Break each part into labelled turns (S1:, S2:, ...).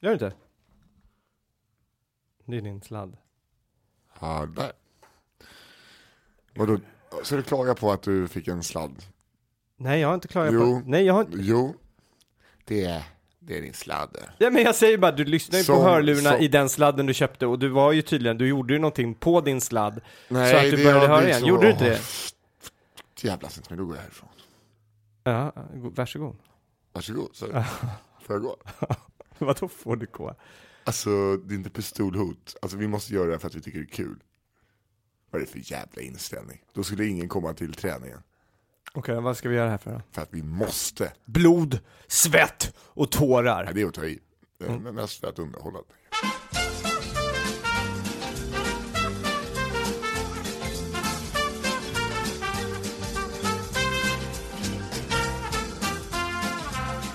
S1: Gör du inte? Det är din sladd.
S2: Ja, där. Vadå? Ska du klaga på att du fick en sladd?
S1: Nej, jag har inte klarat
S2: Jo.
S1: på... Nej, jag har inte...
S2: Jo, det är, det är din sladd.
S1: Ja, men jag säger bara, du lyssnar ju på
S2: Som-
S1: hörlurarna
S2: som-
S1: i den sladden du köpte och du var ju tydligen, du gjorde ju någonting på din sladd så
S2: Nej,
S1: att du
S2: det
S1: började
S2: gör
S1: höra
S2: du
S1: igen.
S2: så.
S1: Gjorde du inte det?
S2: Jävlas inte med, då går jag härifrån.
S1: Ja, go- varsågod.
S2: Varsågod, så. Får jag gå?
S1: Vadå får du gå?
S2: Alltså, det är inte pistolhot. Alltså vi måste göra det här för att vi tycker det är kul. Vad är det för jävla inställning? Då skulle ingen komma till träningen.
S1: Okej, vad ska vi göra här för då?
S2: För att vi måste.
S1: Blod, svett och tårar.
S2: Nej, det är att ta i.
S1: Mm.
S2: Men mest för att underhålla.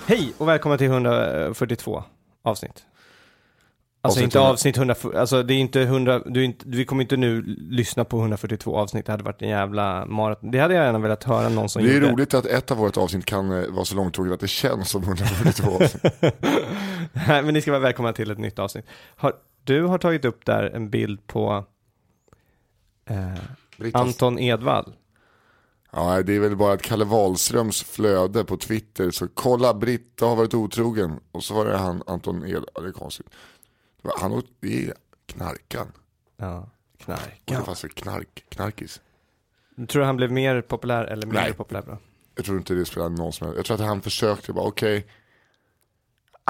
S1: Hej och välkomna till 142 avsnitt. Alltså
S2: Avsnitt
S1: inte
S2: 100.
S1: avsnitt 100, alltså det är inte 100, du är inte, vi kommer inte nu lyssna på 142 avsnitt, det hade varit en jävla maraton. Det hade jag gärna velat höra någon som
S2: Det är
S1: gjorde.
S2: roligt att ett av vårt avsnitt kan eh, vara så långtråkigt att det känns som 142 avsnitt.
S1: Nej, men ni ska vara välkomna till ett nytt avsnitt. Har, du har tagit upp där en bild på eh,
S2: Brittas-
S1: Anton Edvall.
S2: Ja, det är väl bara att Kalle Wahlströms flöde på Twitter, så kolla Britta har varit otrogen. Och så var det han Anton Ed, ja, det är konstigt. Det var- Han åt, det är knarkan.
S1: Ja, knark.
S2: Ja. Fast för knark, knarkis.
S1: Tror du han blev mer populär eller mindre
S2: Nej.
S1: populär? Bra?
S2: Jag tror inte det spelar någon som helst. Jag tror att han försökte bara, okej.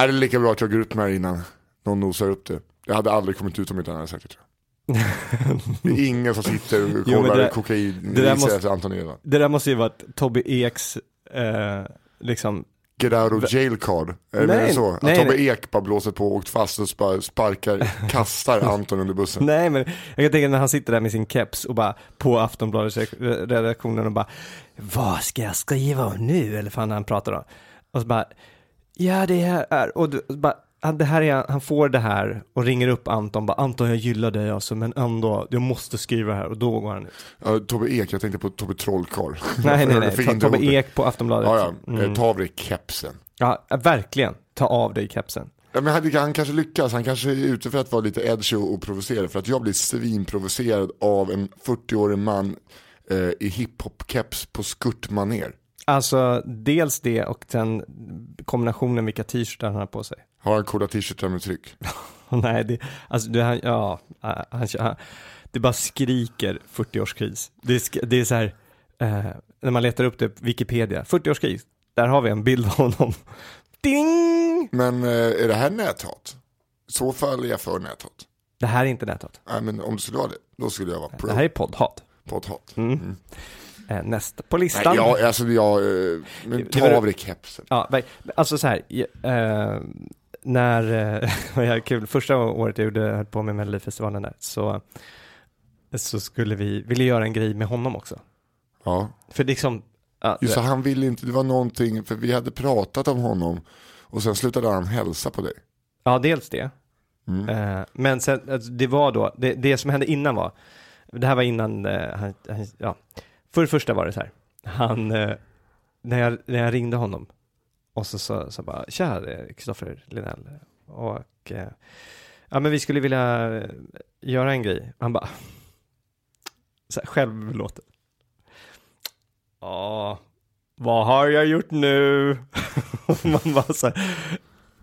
S2: Är det lika bra att jag går ut med det här innan någon nosar upp det? Det hade aldrig kommit ut om inte han hade sagt det tror jag. Det är ingen som sitter och
S1: Jo, men
S2: kollar
S1: det-
S2: kokain
S1: det där
S2: i sig
S1: måste-
S2: efter Anton Edvard.
S1: Det där måste ju vara ett Tobbe Eks, eh, liksom,
S2: Get out of jail card. Är
S1: Nej,
S2: det så? Att
S1: nej,
S2: Tobbe
S1: nej.
S2: Ek bara blåser på och åkt fast och spa- sparkar, kastar Anton under bussen.
S1: Nej men jag kan tänka när han sitter där med sin keps och bara på Aftonbladets re- redaktionen och bara Vad ska jag skriva om nu? Eller fan han pratar om. Och så bara Ja det här är och, du, och så bara, "Ja, det här är, han får det här och ringer upp Anton bara Anton jag gillar dig alltså men ändå jag måste skriva det här och då går han ut.
S2: Ja, Tobbe Ek, jag tänkte på Tobbe Trollkarl.
S1: Nej nej
S2: Jag
S1: nej,
S2: fick
S1: Ta-
S2: inte
S1: Tobbe
S2: ihop det.
S1: Ek på Aftonbladet.
S2: Ja, ja.
S1: Mm.
S2: Eh, Ta av dig kepsen.
S1: ja verkligen, ta av dig kepsen.
S2: Ja, men han, han kanske lyckas, han kanske är ute för att vara lite edgy och och provocerad. För att jag blir svinprovocerad av en 40-årig man eh, i hiphop-keps på skurtmaner.
S1: Alltså dels det och sen kombinationen vilka t-shirtar han har på sig.
S2: Har han coola t-shirtar med tryck?
S1: Nej, det, alltså det, han, ja, ah, han, han, det bara skriker 40-årskris. Det, sk- det är så här, eh, när man letar upp det på Wikipedia, 40-årskris, där har vi en bild av honom. Ding!
S2: Men eh, är det här näthat? I så fall är jag för näthat.
S1: Det här är inte näthat.
S2: Nej, men om det skulle vara det, då skulle jag vara pro
S1: Det här är poddhat.
S2: på ett hat.
S1: Mm. Eh, nästa på
S2: Nej,
S1: listan.
S2: jag, alltså jag, eh, men
S1: Det- det
S2: ta
S1: var-
S2: av dig kepsen.
S1: Ja, nej, alltså så här, je- eh, när, eh, vad jag kul, första året jag gjorde, höll på med Melodifestivalen där, så, så skulle vi, ville göra en grej med honom också.
S2: Ja.
S1: För liksom, ja,
S2: Just det, han ville inte, det var någonting, för vi hade pratat om honom och sen slutade han hälsa på dig.
S1: Ja, dels det.
S2: Mm.
S1: Eh, men sen, alltså, det var då, det, det som hände innan var, det här var innan eh, han, han, ja. För det första var det så här, han, eh, när, jag, när jag ringde honom och så sa så, bara, tja, det är Kristoffer Linell och eh, ja men vi skulle vilja eh, göra en grej. Han bara, så här, självbelåten. Ja, vad har jag gjort nu? Och man bara så här, "Nej,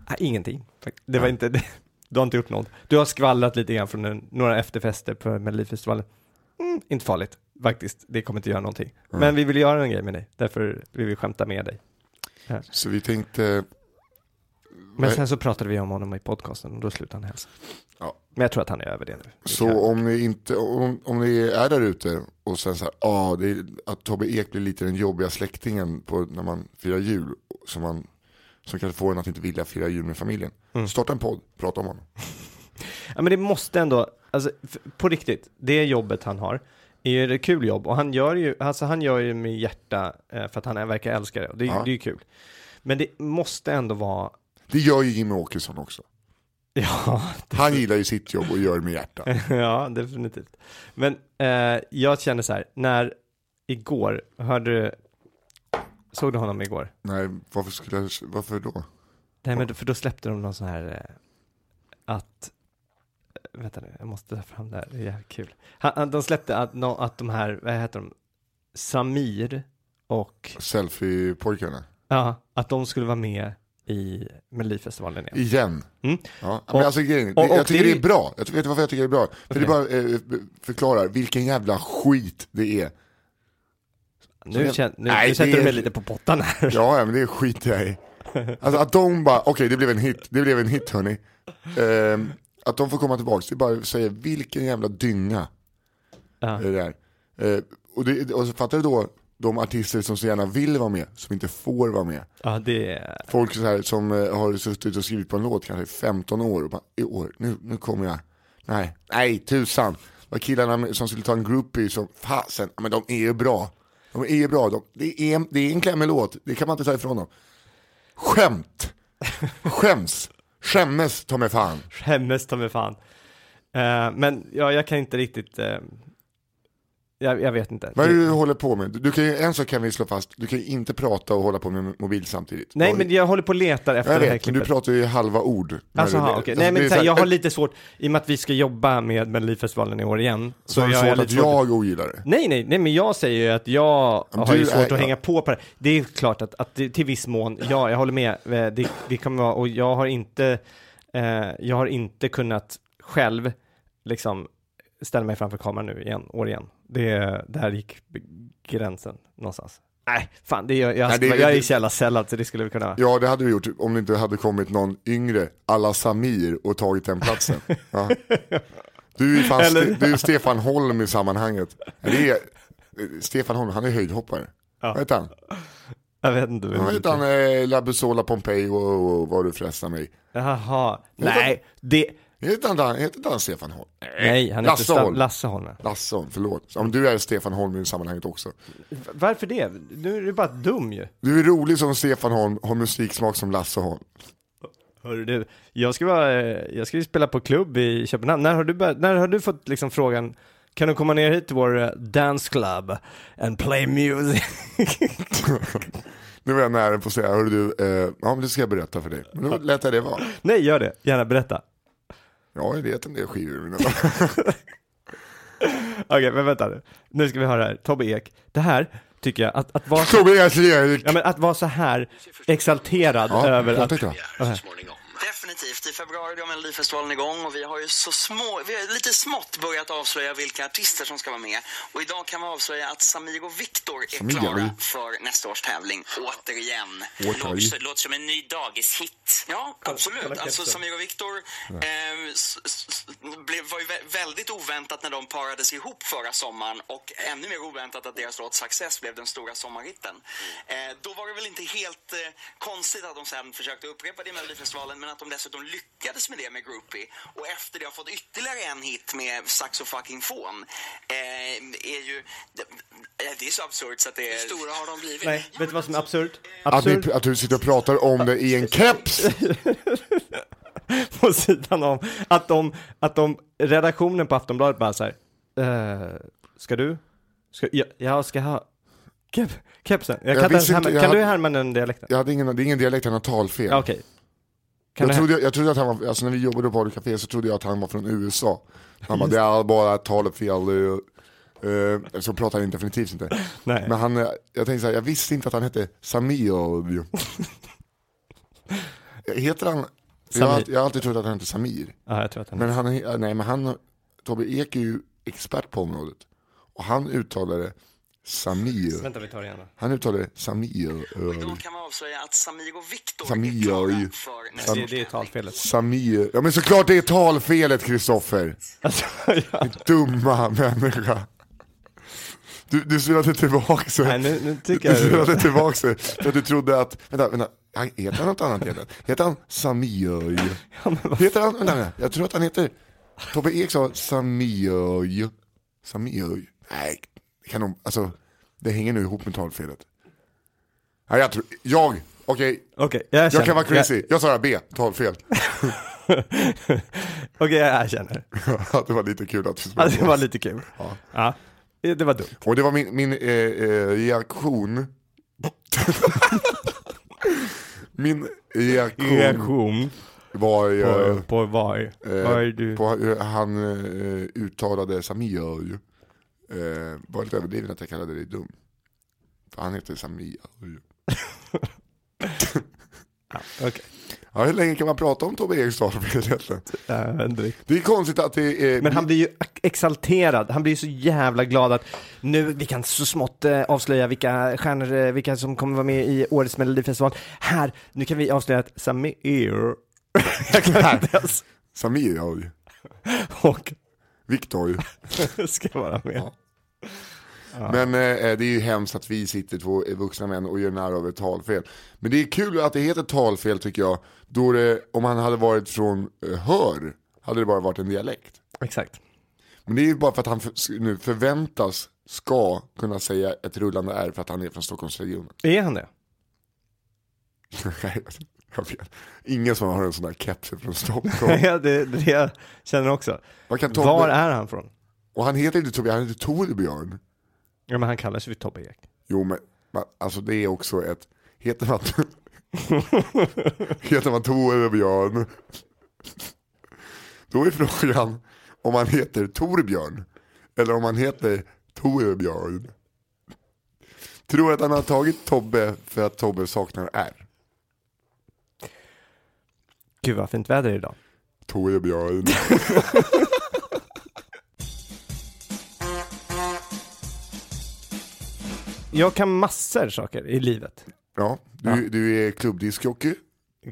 S1: Ah, ingenting. faktiskt. Det var inte, det, du har inte gjort något. Du har skvallrat lite grann från en, några efterfester på Melodifestivalen. Mm, inte farligt, faktiskt. Det kommer inte göra någonting. Men vi vill göra en grej med dig, därför vill vi skämta med dig.
S2: Så vi tänkte,
S1: Men
S2: Nej.
S1: sen så pratade vi om honom i podcasten och då slutade han hälsa.
S2: Ja.
S1: Men jag tror att han är över det nu. Vi kan-
S2: så om ni, inte, om, om ni är där ute och sen så här, ah, det är, att Tobbe Ek blir lite den jobbiga släktingen på, när man firar jul. Som, man, som kanske får en att inte vilja fira jul med familjen.
S1: Mm.
S2: Starta en podd, prata om honom.
S1: Ja, men det måste ändå, alltså, f- på riktigt, det jobbet han har är ju ett kul jobb och han gör ju, alltså, han gör ju med hjärta eh, för att han är- verkar älska det och det, är-
S2: Ja.
S1: det är ju kul. Men det måste ändå vara,
S2: Det gör ju Jimmy Åkesson också.
S1: ja,
S2: Han gillar ju sitt jobb och gör det med hjärta.
S1: ja definitivt. Men eh, jag känner så här, när igår, hörde du, såg du honom igår?
S2: Nej, varför, skulle jag, varför då?
S1: Nej men för då släppte de någon sån här eh, att eh, Vänta nu, jag måste ta fram det här, det är jävligt kul. Han, han- de släppte att, nå- att de här, vad heter de, Samir och,
S2: Selfie-pojkarna?
S1: ja, att de skulle vara med i Melodifestivalen igen.
S2: Igen?
S1: Mm.
S2: Ja,
S1: Och-
S2: men alltså, grejen,
S1: och-
S2: det, jag
S1: och
S2: tycker
S1: det-
S2: det är bra. Jag, vet du varför jag tycker det är bra? För det bara eh, förklarar vilken jävla skit det är.
S1: Nu,
S2: jag-
S1: kän, nu,
S2: Nej,
S1: nu sätter
S2: det
S1: du
S2: är-
S1: mig lite på pottan här.
S2: Ja, ja, men det är skit jag är. Alltså att de bara, okej det blev en hit, det blev en hit hörni. Ehm, att de får komma tillbaka, det är bara att säga vilken jävla dynga
S1: Ja.
S2: det där. Eh, och, det, och så fattar du då de artister som så gärna vill vara med, som inte får vara med.
S1: Ja, det är,
S2: Folk så här, som eh, har suttit och skrivit på en låt kanske i 15 år och bara, i år, nu, nu kommer jag. Nej, nej, tusan. Vad killarna med, som skulle ta en groupie som, fasen, men de är ju bra. De är ju bra, de, det, är, en- det är en klämmig låt, det kan man inte ta ifrån dem. Skämt! Skäms! Skämmes ta mig fan.
S1: skämmes ta mig fan. Eh, men ja, jag kan inte riktigt, eh, jag, jag vet inte.
S2: Vad är det du håller på med? Du, du kan ju, en sak kan vi slå fast, du kan ju inte prata och hålla på med mobil samtidigt.
S1: Nej,
S2: Vad-
S1: men jag håller på och letar efter
S2: jag
S1: det
S2: vet,
S1: här
S2: men
S1: klippet.
S2: du pratar ju halva ord. när
S1: Alltså,
S2: du-
S1: aha, okej. Nej,
S2: det är
S1: men
S2: så
S1: så här,
S2: här,
S1: jag har lite svårt, i och med att vi ska jobba med Melodifestivalen i år igen. Så,
S2: så har du
S1: jag
S2: svårt att jag ogillar det.
S1: Nej, nej, nej, men jag säger ju att jag
S2: Men
S1: har
S2: du
S1: ju svårt
S2: är-
S1: att hänga på på det. Det är klart att, att det, till viss mån, ja, jag håller med. Eh, Det, det kommer vara, och jag har inte, eh, jag har inte kunnat själv, liksom, ställa mig framför kameran nu igen, år igen. Det, där gick gränsen någonstans. Nej, fan, det, jag, jag,
S2: Nej, det-
S1: jag är
S2: det-
S1: så jävla sällan så det skulle vi kunna
S2: Ja, det hade vi gjort om det inte hade kommit någon yngre, alla Samir, och tagit den platsen. Ja. Du, är fan
S1: Eller-
S2: Ste- du är Stefan Holm i sammanhanget. Det är, eh, Stefan Holm, han är höjdhoppare. Vad heter han?
S1: Jag vet inte. vem
S2: Vad
S1: det
S2: heter han? Eh, Labusola Pompei och, och, vad du frestar mig.
S1: Jaha, nej, det...
S2: Heter han, heter inte han Stefan Holm?
S1: Nej, han
S2: Lasse
S1: heter Sta-
S2: Holm.
S1: Lasse Holm.
S2: Lasse Holm, förlåt. Om du är Stefan Holm i sammanhanget också.
S1: Varför det? Nu är du bara dum ju.
S2: Du är rolig som Stefan Holm, har musiksmak som Lasse Holm.
S1: Hörru du, jag ska, vara, eh, jag ska ju spela på klubb i Köpenhamn. När har du, bör- när har du fått liksom frågan, kan du komma ner hit till vår eh, dance club and play music?
S2: Nu var jag nära på att säga, hörru du, eh, ja men det ska jag berätta för dig. Men då lät jag det vara.
S1: nej, gör det. Gärna berätta.
S2: Ja, jag vet en del skivor. men-
S1: Okej, men vänta nu. Nu ska vi höra här. Tobbe Ek, det här tycker jag, att, att, vara, så,
S2: Tobias Erik!
S1: ja, men att vara så här exalterad
S2: Ja,
S1: över
S2: jag
S1: att...
S2: tycker det.
S3: så småningom. Definitivt. I februari drar Melodifestivalen igång och vi har ju så små, vi har lite smått börjat avslöja vilka artister som ska vara med. Och idag kan vi avslöja att Samir och Viktor är
S2: Samir,
S3: klara
S2: ja.
S3: för nästa års tävling. Återigen.
S2: Återigen.
S4: Låter, låter som en ny dagishit.
S3: Ja, absolut. Alltså Samir och Viktor eh, s- s- s- blev- var ju vä- väldigt oväntat när de parades ihop förra sommaren och ännu mer oväntat att deras låt Success blev den stora sommarhitten. Eh, då var det väl inte helt eh, konstigt att de sen försökte upprepa det i Melodifestivalen men att de dessutom lyckades med det med Groupie och efter det har fått ytterligare en hit med Saxo fucking fon. Eh, är ju... Det, det är så absurt så att det är... Hur stora har de blivit?
S1: Nej, vet du vad som är absurt?
S2: Att,
S1: Absurt
S2: ni, att du sitter och pratar om det i en keps!
S1: på sidan om att de, att de redaktionen på Aftonbladet bara så här, eh, ska du? Ska, ja, jag ska ha kep, kepsen. Jag kan,
S2: Jag
S1: inte ens
S2: visste
S1: härma,
S2: inte, jag
S1: kan du
S2: hade-
S1: härma den dialekten?
S2: Jag hade ingen, det är ingen dialekt, han har talfel.
S1: Ja, Okej. Kan
S2: jag,
S1: det-
S2: trodde, jag trodde att han var, alltså när vi jobbade på radiokafé så trodde jag att han var från USA. Han bara, det är bara ett talefel. eh, eh, så pratar han definitivt inte.
S1: Nej.
S2: Men han, eh, jag tänkte såhär, jag visste inte att han hette Samir. Heter han, jag, har-
S1: Samir.
S2: jag har alltid trott att han hette Samir.
S1: Ja, jag tror att han
S2: Men han, är- nej men han, Tobbe Ek är ju expert på området. Och han uttalade Samir.
S1: Vänta, vi tar det igen då.
S2: Han uttalade Samir.
S3: Då kan man avslöja att Samir och Viktor
S2: Samir,
S3: är
S2: ju.
S3: klara för nästa
S1: Det, det är talfelet.
S2: Samir. Ja men såklart det är talfelet Kristoffer.
S1: Alltså, ja.
S2: Dumma människa. Du, du surrade tillbaka sig.
S1: Nej, nu- nu tycker
S2: du
S1: jag det.
S2: surrade tillbaka sig. För att du trodde att, vänta, vänta. Han, heter han något annat egentligen? Heter han Samir? Heter han, vänta, vänta. Jag tror att han heter, Tobbe Ek sa Samir. Samir. Nej, det kan nog, alltså. Det hänger nu ihop med talfelet. Nej, jag tror, jag, okej.
S1: Okej, jag känner.
S2: Jag kan vara crazy. Jag sa B, talfel.
S1: Okej, jag erkänner.
S2: det var lite kul att du spelade
S1: Alltså,
S2: på
S1: det var
S2: oss.
S1: lite kul. Ja. Det var dumt.
S2: Och det var min, min eh, eh, reaktion. min reaktion,
S1: Reaktion
S2: var ju,
S1: på, på var? var är du?
S2: Eh, på hur han eh, uttalade Samir ju. Eh, var lite överdriven att jag kallade dig dum. För han heter Samir ju.
S1: Okej,
S2: Ja, hur länge kan man prata om Tobbe Eriksson egentligen?
S1: jag vet inte riktigt.
S2: Det är konstigt att det är...
S1: Men han blir ju ak- exalterad, han blir ju så jävla glad att nu, vi kan så smått eh, avslöja vilka stjärnor, eh, vilka som kommer vara med i årets melodifestival. Här, nu kan vi avslöja att Samir, jag kan inte ens,
S2: Samir ju.
S1: och
S2: Viktor ju.
S1: ska vara med.
S2: Men eh, det är ju hemskt att vi sitter två vuxna män och gör narr av ett talfel. Men det är kul att det heter talfel tycker jag. Då det, om han hade varit från eh, Hör hade det bara varit en dialekt.
S1: Exakt.
S2: Men det är ju bara för att han för, nu förväntas ska kunna säga ett rullande R för att han är från Stockholmsregionen.
S1: Är han det?
S2: Nej, jag vet. Ingen som har en sån där keps är från Stockholm.
S1: Ja, det, det jag känner också.
S2: Man kan Tobbe,
S1: Var är han från?
S2: Och han heter inte Tobias, han heter Torbjörn.
S1: Ja, men han kallar sig för Tobbe Ek.
S2: Jo men, man, alltså det är också ett, heter man, heter man Torbjörn, då är frågan om man heter Torbjörn eller om man heter Torbjörn. Tror att han har tagit Tobbe för att Tobbe saknar R?
S1: Gud vad fint väder idag.
S2: Torbjörn.
S1: Jag kan massor saker i livet.
S2: Ja, du, du är klubbdiskjockey.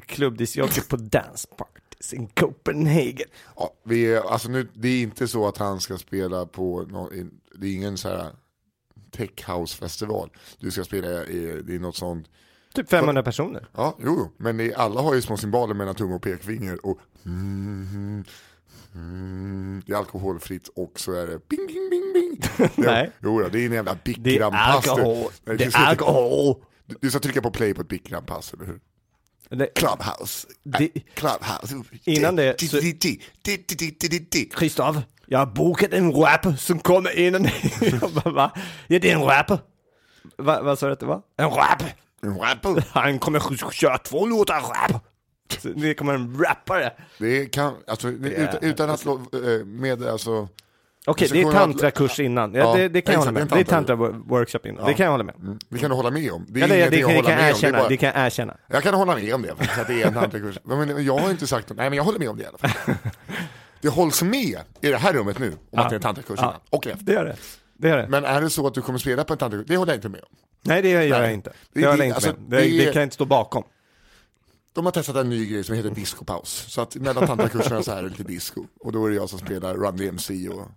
S1: Klubbdisjockey på danceparties in Copenhagen. Typ
S2: Ja, vi är, alltså nu, det är inte så att han ska spela på någon, i- det är ingen så här tech house festival. Du ska spela i, det är något sånt,
S1: Typ 500 personer.
S2: ja jo, jo. men det, är- alla har ju små symboler mellan tumme och pekfinger och mm, mm, det är alkoholfritt och så är det bing bing bing bing.
S1: Nej.
S2: Jo, jo, det är en jävla
S1: Det är
S2: bikrampass. du.
S1: alkohol.
S2: Nej, du
S1: Det är
S2: ska-
S1: alkohol.
S2: Du, du ska trycka på play på ett bikrampass, eller hur?
S1: Det-
S2: Clubhouse.
S1: Det-
S2: Äh, Clubhouse.
S1: Innan det så-
S2: så...
S1: Kristoff, jag har bokat en rapper som kommer in. Jag bara, va? Ja, det är en rapper. Va, vad sa du att det var? En rapper.
S2: Rapper.
S1: Han kommer sk- köra två låtar rap. Så Det kommer en rappare.
S2: Det kan, alltså, det- utan, utan att, lo- eh, med alltså,
S1: Okej,
S2: Så
S1: det är
S2: kommer han-
S1: tantrakurs innan. Ja,
S2: Ja,
S1: det, det kan jag
S2: exakt,
S1: hålla med.
S2: det är
S1: Det är
S2: en
S1: tantra-workshop innan. Det kan jag hålla med.
S2: Mm, det kan du hålla med om. Det är
S1: Eller, ja, det,
S2: ingenting
S1: kan- det
S2: jag
S1: kan
S2: håller
S1: jag
S2: med om. Det är
S1: erkänna.
S2: bara,
S1: Det kan jag erkänna.
S2: Jag kan hålla med om det, faktiskt, att det är en tantrikurs. Men jag har inte sagt, nej men jag håller med om det i alla fall. Det hålls med i det här rummet nu, om att det är en tantrikurs innan och efter.
S1: Det gör det. Det gör det.
S2: Men är det så att du kommer spela på en tantrikurs, det håller jag inte med om.
S1: Nej, det gör jag
S2: Nej.
S1: inte. Det
S2: Det-
S1: gör
S2: det-
S1: jag inte
S2: alltså,
S1: med. Det,
S2: det-
S1: det kan jag inte stå bakom.
S2: De har testat en ny grej som heter discopaus. Så att mellan tantrakurserna så här är det lite disco. Och då är det jag som spelar Run DMC och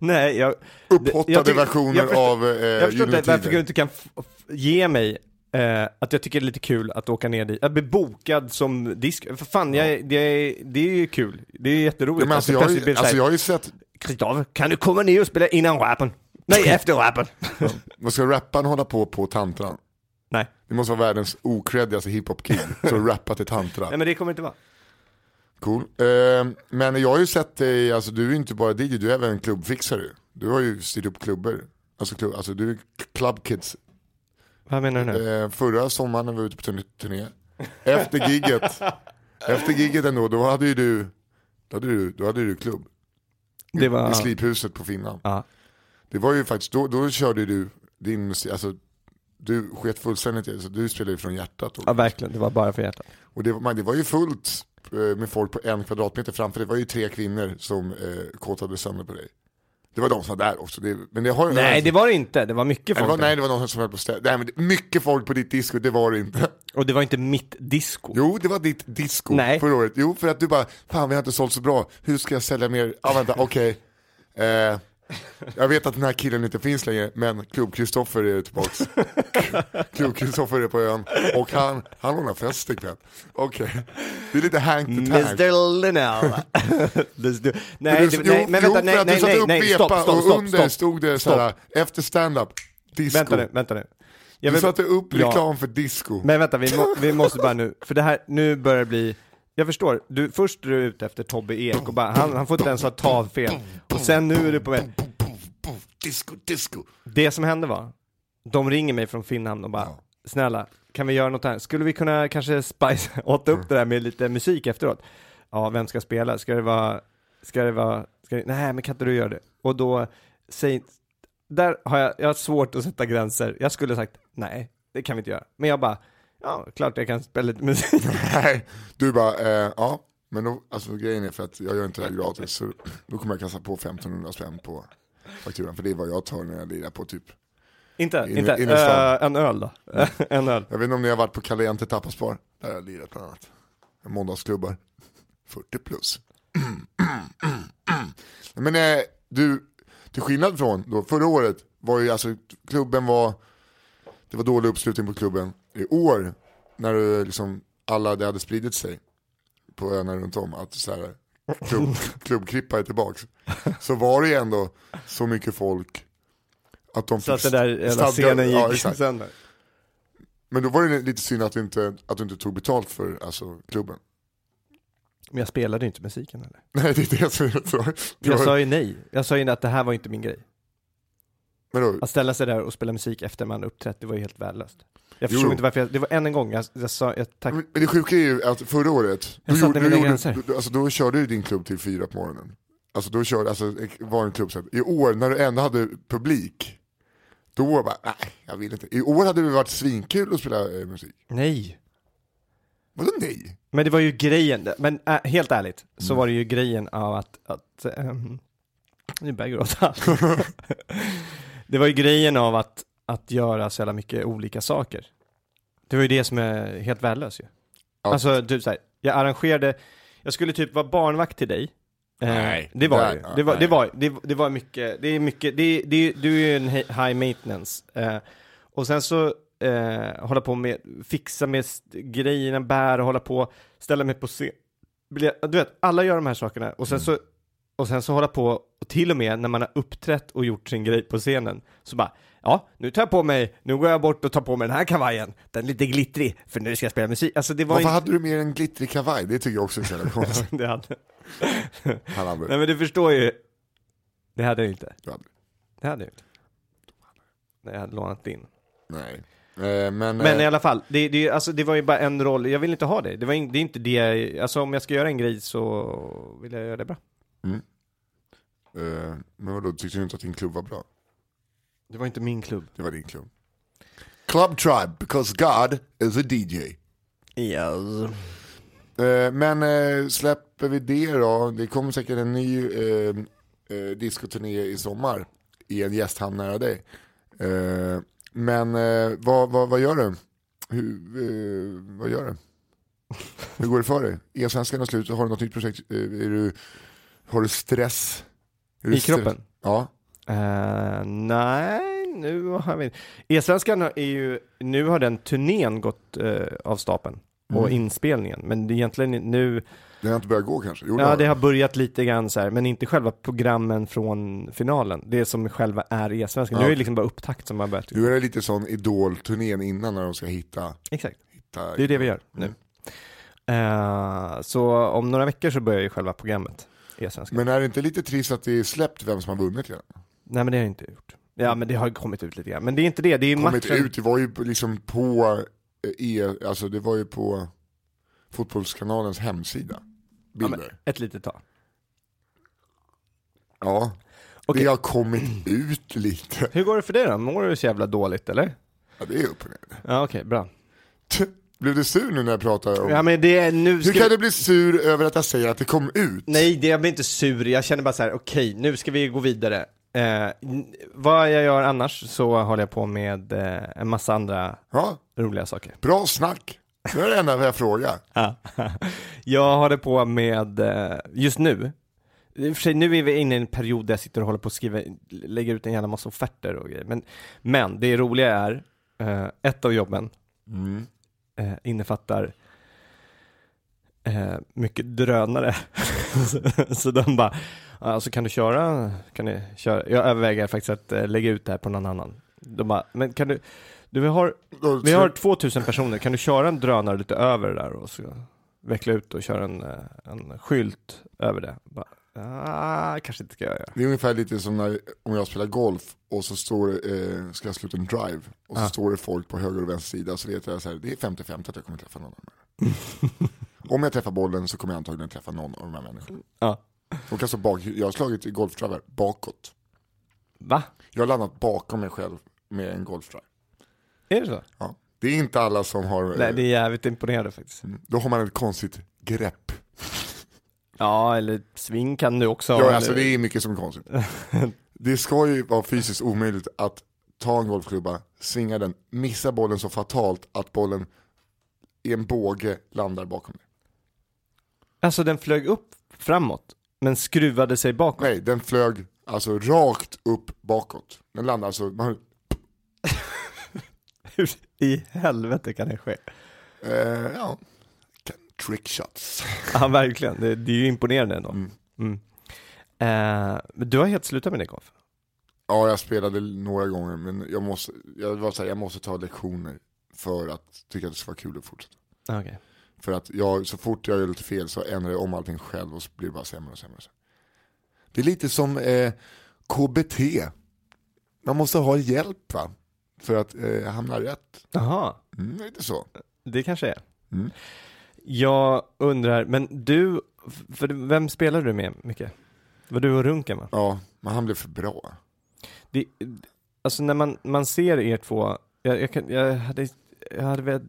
S1: Nej, jag...
S2: Upphottade
S1: jag tycker-
S2: versioner
S1: jag förstår-
S2: av, eh,
S1: Jag förstår inte
S2: Gyllene
S1: varför
S2: Tider.
S1: du inte kan f- f- ge mig eh, att jag tycker det är lite kul att åka ner dit. Att bli bokad som disk... För fan, jag, det, är- det är ju kul. Det är jätteroligt.
S2: Ja, men
S1: att
S2: alltså,
S1: det
S2: jag, har
S1: plötsligt blir
S2: ju-
S1: så här,
S2: alltså jag har ju sett,
S1: Kristoffer, kan du komma ner och spela innan rappen? Nej, efter rappen.
S2: vad ska rapparen hålla på på tantran?
S1: Nej.
S2: Det måste vara världens okreddigaste hiphop-kid som rappat till tantra.
S1: Nej, men det kommer inte vara.
S2: Cool. Eh, men jag har ju sett dig, alltså du är ju inte bara DJ, du är även klubbfixare. Du har ju styrt upp klubbar. Alltså, klubb, alltså du är club kids. Ehm,
S1: Vad menar du nu?
S2: Eh, förra sommaren när vi var ute på turn- turné, efter gigget Efter giget ändå, då hade ju du, då hade du, då hade du klubb.
S1: Det var...
S2: I Sliphuset på Finland.
S1: Ja.
S2: Det var ju faktiskt, då, då körde du din musik, alltså du sket fullständigt i det, så du spelade ju från hjärtat. Då.
S1: ja, verkligen. Det var bara för hjärtat.
S2: Och det, man, det var ju fullt eh, med folk på en kvadratmeter framför, det var ju tre kvinnor som eh, kåtade sönder på dig. Det var de som var där också, det, men det har
S1: Nej, det var det inte. Det var mycket
S2: det
S1: folk
S2: var,
S1: där.
S2: nej det var någon som höll på att ställa- Nej men det- mycket folk på ditt disco, det var det inte.
S1: Och det var inte mitt disco.
S2: Jo, det var ditt disco
S1: Nej.
S2: förra året. Jo, för att du bara, fan vi har inte sålt så bra, hur ska jag sälja mer? Ja, ah, vänta, okej. Eh, jag vet att den här killen inte finns längre, men Klubb-Kristoffer är tillbaks. Klubb-Kristoffer är på ön och han, han ordnar fest ikväll. Okej, det är lite hank to tank.
S1: Mr Linnell. This du- nej,
S2: du,
S1: det, nej, men vänta, nej, nej, nej, nej, stopp,
S2: vepa
S1: stopp,
S2: och
S1: stopp,
S2: under
S1: stopp,
S2: stod det så här, efter stand-up, disco.
S1: Vänta nu, vänta nu. Jag
S2: Du
S1: vill-
S2: satte upp
S1: Ja.
S2: reklam för disco.
S1: Men vänta, vi, må, vi måste bara nu, för det här, nu börjar det bli, jag förstår, du, först är du ute efter Tobbe Ek och bara, han, han får inte ens ha ett talfel. Och sen nu är du på väg,
S2: Boom, boom, boom, disco, disco.
S1: det som hände var, de ringer mig från Finland och bara, snälla, kan vi göra något här? Skulle vi kunna kanske spice, åta upp det där med lite musik efteråt? Ja, vem ska spela? Ska det vara, ska det vara, ska det, nej men kan inte du göra det? Och då, säg, där har jag, jag har svårt att sätta gränser. Jag skulle ha sagt, nej, det kan vi inte göra. Men jag bara, ja, klart jag kan spela lite musik.
S2: Nej, du bara, eh, ja, men då, alltså grejen är för att jag gör inte det här gratis så då kommer jag kasta på 1500 spänn på fakturan för det är vad jag tar när jag lirar på typ,
S1: Inte,
S2: In-
S1: inte.
S2: innerstan.
S1: Eh, en öl då. en öl.
S2: jag vet inte om ni har varit på Kalle Jante Tapaspar, där har jag lirat bland annat, måndagsklubbar, 40 plus. men eh, du, till skillnad från då, förra året var ju alltså klubben var, det var dålig uppslutning på klubben. I år, när du, liksom, alla, det hade spridit sig på öarna runt om, att så här, klubb, klubbkrippa är tillbaks. Så var det ju ändå så mycket folk att de
S1: Så att den
S2: fick
S1: där jävla
S2: stadga-
S1: scenen gick
S2: ja, exakt.
S1: sönder.
S2: Men då var det lite synd att du inte, att du inte tog betalt för alltså, klubben.
S1: Men jag spelade ju inte musiken heller.
S2: Nej det är det som är så. Det
S1: Jag
S2: var-
S1: sa ju nej. Jag sa ju att det här var inte min grej.
S2: men då,
S1: Att ställa sig där och spela musik efter man uppträtt, det var ju helt värdelöst. Jag förstod
S2: Jo.
S1: inte varför jag, det var än en gång jag, jag sa, jag tack,
S2: men men det sjuka är ju att förra året,
S1: Jag
S2: då,
S1: satte
S2: gjorde,
S1: mina
S2: då, gjorde,
S1: gränser.
S2: då, alltså, då körde du din klubb till fyra på morgonen. Alltså då körde, alltså var en klubb så här. I år när du ändå hade publik, då var jag bara, nej jag vill inte. I år hade det varit svinkul att spela eh, musik.
S1: nej.
S2: Vadå nej?
S1: Men det var ju grejen, men äh, helt ärligt
S2: Mm.
S1: så var det ju grejen av att, att ehm, nu börjar jag gråta. det var ju grejen av att, att göra så jävla mycket olika saker. Det var ju det som är helt värdelöst ju.
S2: Ja.
S1: Alltså typ såhär, jag arrangerade, jag skulle typ vara barnvakt till dig. Eh,
S2: Nej,
S1: det var
S2: nej,
S1: det ju. Det var,
S2: nej.
S1: det var, det, det var mycket, det är mycket, det, det, du är ju en he- high maintenance. Eh, och sen så eh, hålla på med, fixa med s- grejerna, bära, hålla på, ställa mig på scen. Bli- Du vet, alla gör de här sakerna och sen så och sen så hålla på, och till och med när man har uppträtt och gjort sin grej på scenen, så bara Ja, nu tar jag på mig, nu går jag bort och tar på mig den här kavajen, den är lite glittrig, för nu ska jag spela musik. Alltså det var
S2: Varför hade du mer en glittrig kavaj? Det tycker jag också är så jävla konstigt.
S1: inte... Det hade...
S2: Han hade-
S1: Nej men du förstår ju, det hade jag inte.
S2: du hade-
S1: Det hade jag inte. Nej, jag hade lånat din.
S2: Nej. Eh, Men,
S1: Men
S2: eh,
S1: i alla fall, det, det, alltså, det var ju bara en roll, jag vill inte ha det. Det, var in, det är inte det jag, alltså om jag ska göra en grej så vill jag göra det bra.
S2: eh, men vadå, tyckte du inte att din klubb var bra?
S1: Det var inte min klubb.
S2: Det var din klubb. Club Tribe, because God is a DJ.
S1: Yes.
S2: Eh, men eh, släpper vi det då, det kommer säkert en ny eh, eh, diskoturné i sommar i en gästhamn nära dig. Eh, men eh, vad, vad, vad gör du? Hur, eh, vad gör du? Hur går det för dig? E-svenskan är slut, har du något nytt projekt? Eh, är du, har du stress? Är du
S1: I kroppen?
S2: stre- Ja.
S1: Eh, nej, nu har vi E-svenskan är ju, nu har den turnén gått eh, av stapeln.
S2: Mm.
S1: Och inspelningen, men det är egentligen nu,
S2: Den har inte börjat gå kanske? Jo,
S1: ja
S2: har
S1: det
S2: den.
S1: har börjat lite grann så här, men inte själva programmen från finalen. Det som själva är E-svenskan. Nu är det liksom bara upptakt som har börjat.
S2: Du är lite sån idol-turnén innan när de ska hitta...
S1: Exakt.
S2: hitta
S1: Det är det vi gör
S2: Mm.
S1: nu. Eh, så om några veckor så börjar ju själva programmet, E-svenskan.
S2: Men är det inte lite trist att det är släppt vem som har vunnit redan?
S1: Nej men det har jag inte gjort. Ja men det har ju kommit ut lite grann. Men det är inte det, det är ju
S2: kommit
S1: matchen.
S2: ut, det var ju liksom på eh, E, alltså det var ju på Fotbollskanalens hemsida.
S1: Ja, men
S2: Bilder.
S1: ett litet tag.
S2: Ja.
S1: Okej.
S2: Det har kommit ut lite.
S1: Hur går det för dig då? Mår du så jävla dåligt eller?
S2: Ja, det är upp och ner.
S1: Ja okej, bra.
S2: Tch, Blev du sur nu när jag pratar om...
S1: Ja men det är nu
S2: Hur
S1: ska
S2: kan
S1: vi...
S2: du bli sur över att jag säger att det kom ut?
S1: Nej, det, jag blir inte sur. Jag känner bara så här, okej, nu ska vi gå vidare. Eh, n- vad jag gör annars så håller jag på med eh, en massa andra
S2: Ja,
S1: roliga saker.
S2: bra snack. Det är det enda jag frågar.
S1: Jag håller på med, eh, just nu, i och för sig nu är vi inne i en period där jag sitter och håller på att skriva, lägger ut en jävla massa offerter och grejer. Men, men det roliga är, eh, ett av jobben eh, innefattar eh, mycket drönare. så, så de bara, ja, så kan du köra, kan ni köra? Jag överväger faktiskt att eh, lägga ut det här på någon annan. De bara, men kan du, du vi har,
S2: Då
S1: vi
S2: ska-
S1: har 2000 personer, kan du köra en drönare lite över det där och så veckla ut och köra en, eh, en skylt över det? Bara, ah, kanske inte ska jag göra.
S2: Det är ungefär lite som när, om jag spelar golf och så står det, eh, ska jag sluta en drive och så står det folk på höger och vänster sida så vet jag så här, det är 50-50 att jag kommer träffa någon av dem. om jag träffar bollen så kommer jag antagligen träffa någon av de här människorna.
S1: Ja.
S2: De kan stå bak, jag har slagit i golfdrivar bakåt.
S1: Va?
S2: Jag har landat bakom mig själv med en golfdrive.
S1: Är det så?
S2: Ja. Det är inte alla som har, eh,
S1: Nej, det är jävligt imponerande faktiskt.
S2: då har man ett konstigt grepp.
S1: Ja, eller sving kan du också
S2: Ja,
S1: eller-
S2: alltså det är mycket som är konstigt. Det ska ju vara fysiskt omöjligt att ta en golfklubba, svinga den, missa bollen så fatalt att bollen i en båge landar bakom dig.
S1: Alltså den flög upp framåt, men skruvade sig bakåt.
S2: Nej, den flög alltså rakt upp bakåt. Den landar alltså, man,
S1: Hur i helvete kan det ske?
S2: eh, ja, trickshots.
S1: Ja, verkligen. Det, det är ju imponerande ändå. Mm. Eh, men du har helt slutat med det, golf.
S2: Ja, jag spelade några gånger men jag måste, jag var så här, jag måste ta lektioner för att tycka att det ska vara kul att fortsätta.
S1: Okej.
S2: För att jag, så fort jag gör lite fel så ändrar jag om allting själv och så blir det bara sämre och sämre. och sämre. Det är lite som eh, KBT. Man måste ha hjälp va? För att eh, hamna rätt.
S1: Jaha,
S2: Mm, det är lite så.
S1: det kanske är.
S2: Mm.
S1: Jag undrar, men du, för vem spelar du med mycket? Var du och Runken va?
S2: Ja, men han blev för bra.
S1: Det, alltså när man, man ser er två, jag, jag, kan, jag, hade, jag, hade, väl-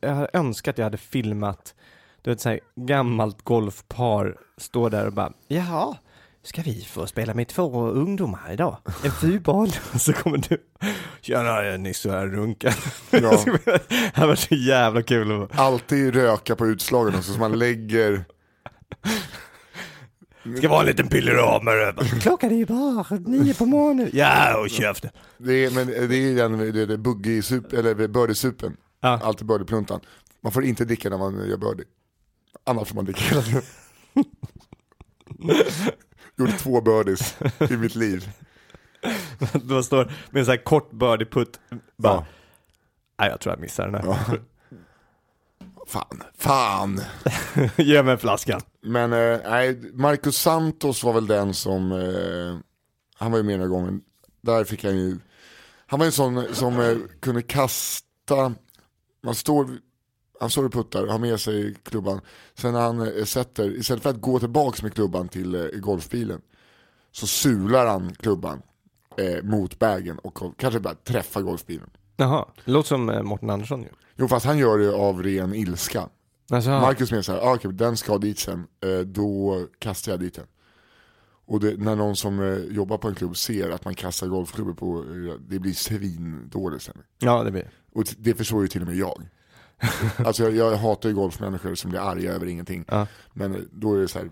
S1: jag hade önskat jag hade filmat, du vet såhär gammalt golfpar står där och bara jaha, ska vi få spela med två ungdomar idag? En fyrboll? Och så kommer du, tjena jag är Nisse här runken.
S2: Ja.
S1: det här var så jävla kul. att-
S2: Alltid röka på utslagen också, så man lägger,
S1: Ska vara en liten pilleramare. Klockan är ju bara nio på morgonen. Ja, och käften.
S2: det är, men det är den, det är det buggy sup, eller birdie-supen.
S1: Ja.
S2: Alltid birdie-pluntan. Man får inte dricka när man gör birdie. Annars får man dricka hela tiden. Gjorde två birdies i mitt liv.
S1: Då står med en sån här kort birdie putt, bara,
S2: Ja.
S1: nej jag tror jag missar den här.
S2: Fan, fan.
S1: Ge mig flaskan.
S2: Men eh, nej, Marcus Santos var väl den som, eh, han var ju med några gånger. Där fick han ju, han var ju en sån som eh, kunde kasta, man står, han står och puttar, har med sig klubban. Sen när han eh, sätter, istället för att gå tillbaks med klubban till eh, golfbilen, så sular han klubban eh, mot bagen och ko- kanske bara träffar golfbilen.
S1: Jaha, det låter som eh, Morten Andersson ju.
S2: Jo fast han gör det av ren ilska.
S1: Alltså,
S2: Marcus menar såhär, ah, okej den ska dit sen, eh, då kastar jag dit den. Och det, när någon som eh, jobbar på en klubb ser att man kastar golfklubbor på, eh, det blir svindålig stämning.
S1: ja det blir
S2: Och t- det förstår ju till och med jag. alltså jag, jag hatar ju golfmänniskor som blir arga över ingenting.
S1: Ja.
S2: Men eh, då är det så här,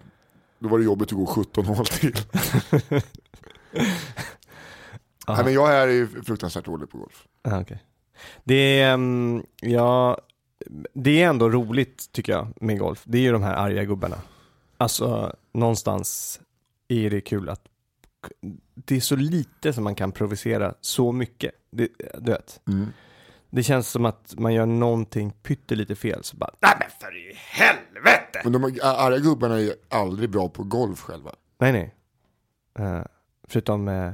S2: då var det jobbigt att gå 17 hål till. Nej, men jag är ju fruktansvärt dålig på golf.
S1: ah, okay. Det är, ehm, ja, det är ändå roligt tycker jag med golf. Det är ju de här arga gubbarna. Alltså någonstans är det kul att det är så lite som man kan provocera så mycket. Det, du vet.
S2: Mm.
S1: Det känns som att man gör någonting pyttelite fel så bara
S2: Men de ar- arga gubbarna är ju aldrig bra på golf själva.
S1: Nej, nej. Eh, förutom eh,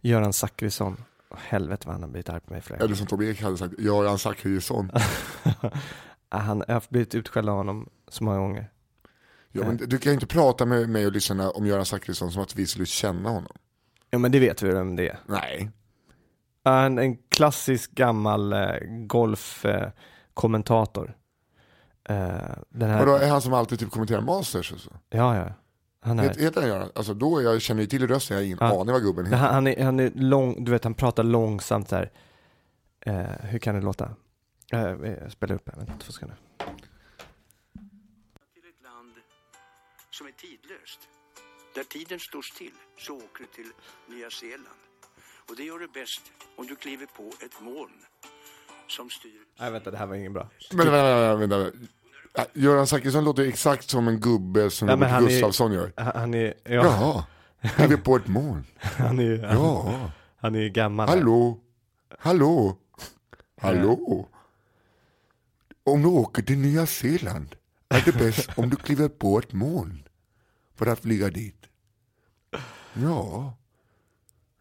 S1: Göran Zachrisson. Åh, Helvete vad han har blivit arg på mig för det.
S2: Eller som Tobbe Ek hade sagt, Göran Zachrisson.
S1: Ah, Han jag har blivit utskälld av honom så många gånger.
S2: Ja, men du kan ju inte prata med mig och lyssnarna om Göran Zachrisson som att vi skulle känna honom.
S1: Ja men det vet vi vem det är.
S2: Nej.
S1: En, en klassisk gammal eh, golfkommentator. Eh, kommentator. eh, den här,
S2: Vadå, är han som alltid typ kommenterar Masters och så?
S1: ja, ja. Han är,
S2: Het- Heter han Göran? Alltså då, är jag känner ju till rösten, jag har ingen
S1: Ja.
S2: aning vad gubben
S1: Nej,
S2: heter.
S1: han, han är, han är lång, du vet han pratar långsamt så här. Eh, hur kan det låta? Eh, jag spelar upp här, vänta två sekunder.
S3: till ett land som är tidlöst. Där tiden står still så åker du till Nya Zeeland. Och det gör du bäst om du kliver på ett moln som styr.
S1: Nej vänta, det här var ingen bra.
S2: Men vänta, vänta, vänta. Ja, Göran Zachrisson låter ju exakt som en gubbe som
S1: Ja, men
S2: Robert
S1: han är-
S2: Gustafsson gör.
S1: Han, han är, ja,
S2: Jaha, kliver på ett moln.
S1: han är, han,
S2: Ja,
S1: han är ju gammal.
S2: hallå, hallå, hallå. Om du åker till Nya Zeeland är det bäst om du kliver på ett moln för att flyga dit. Ja,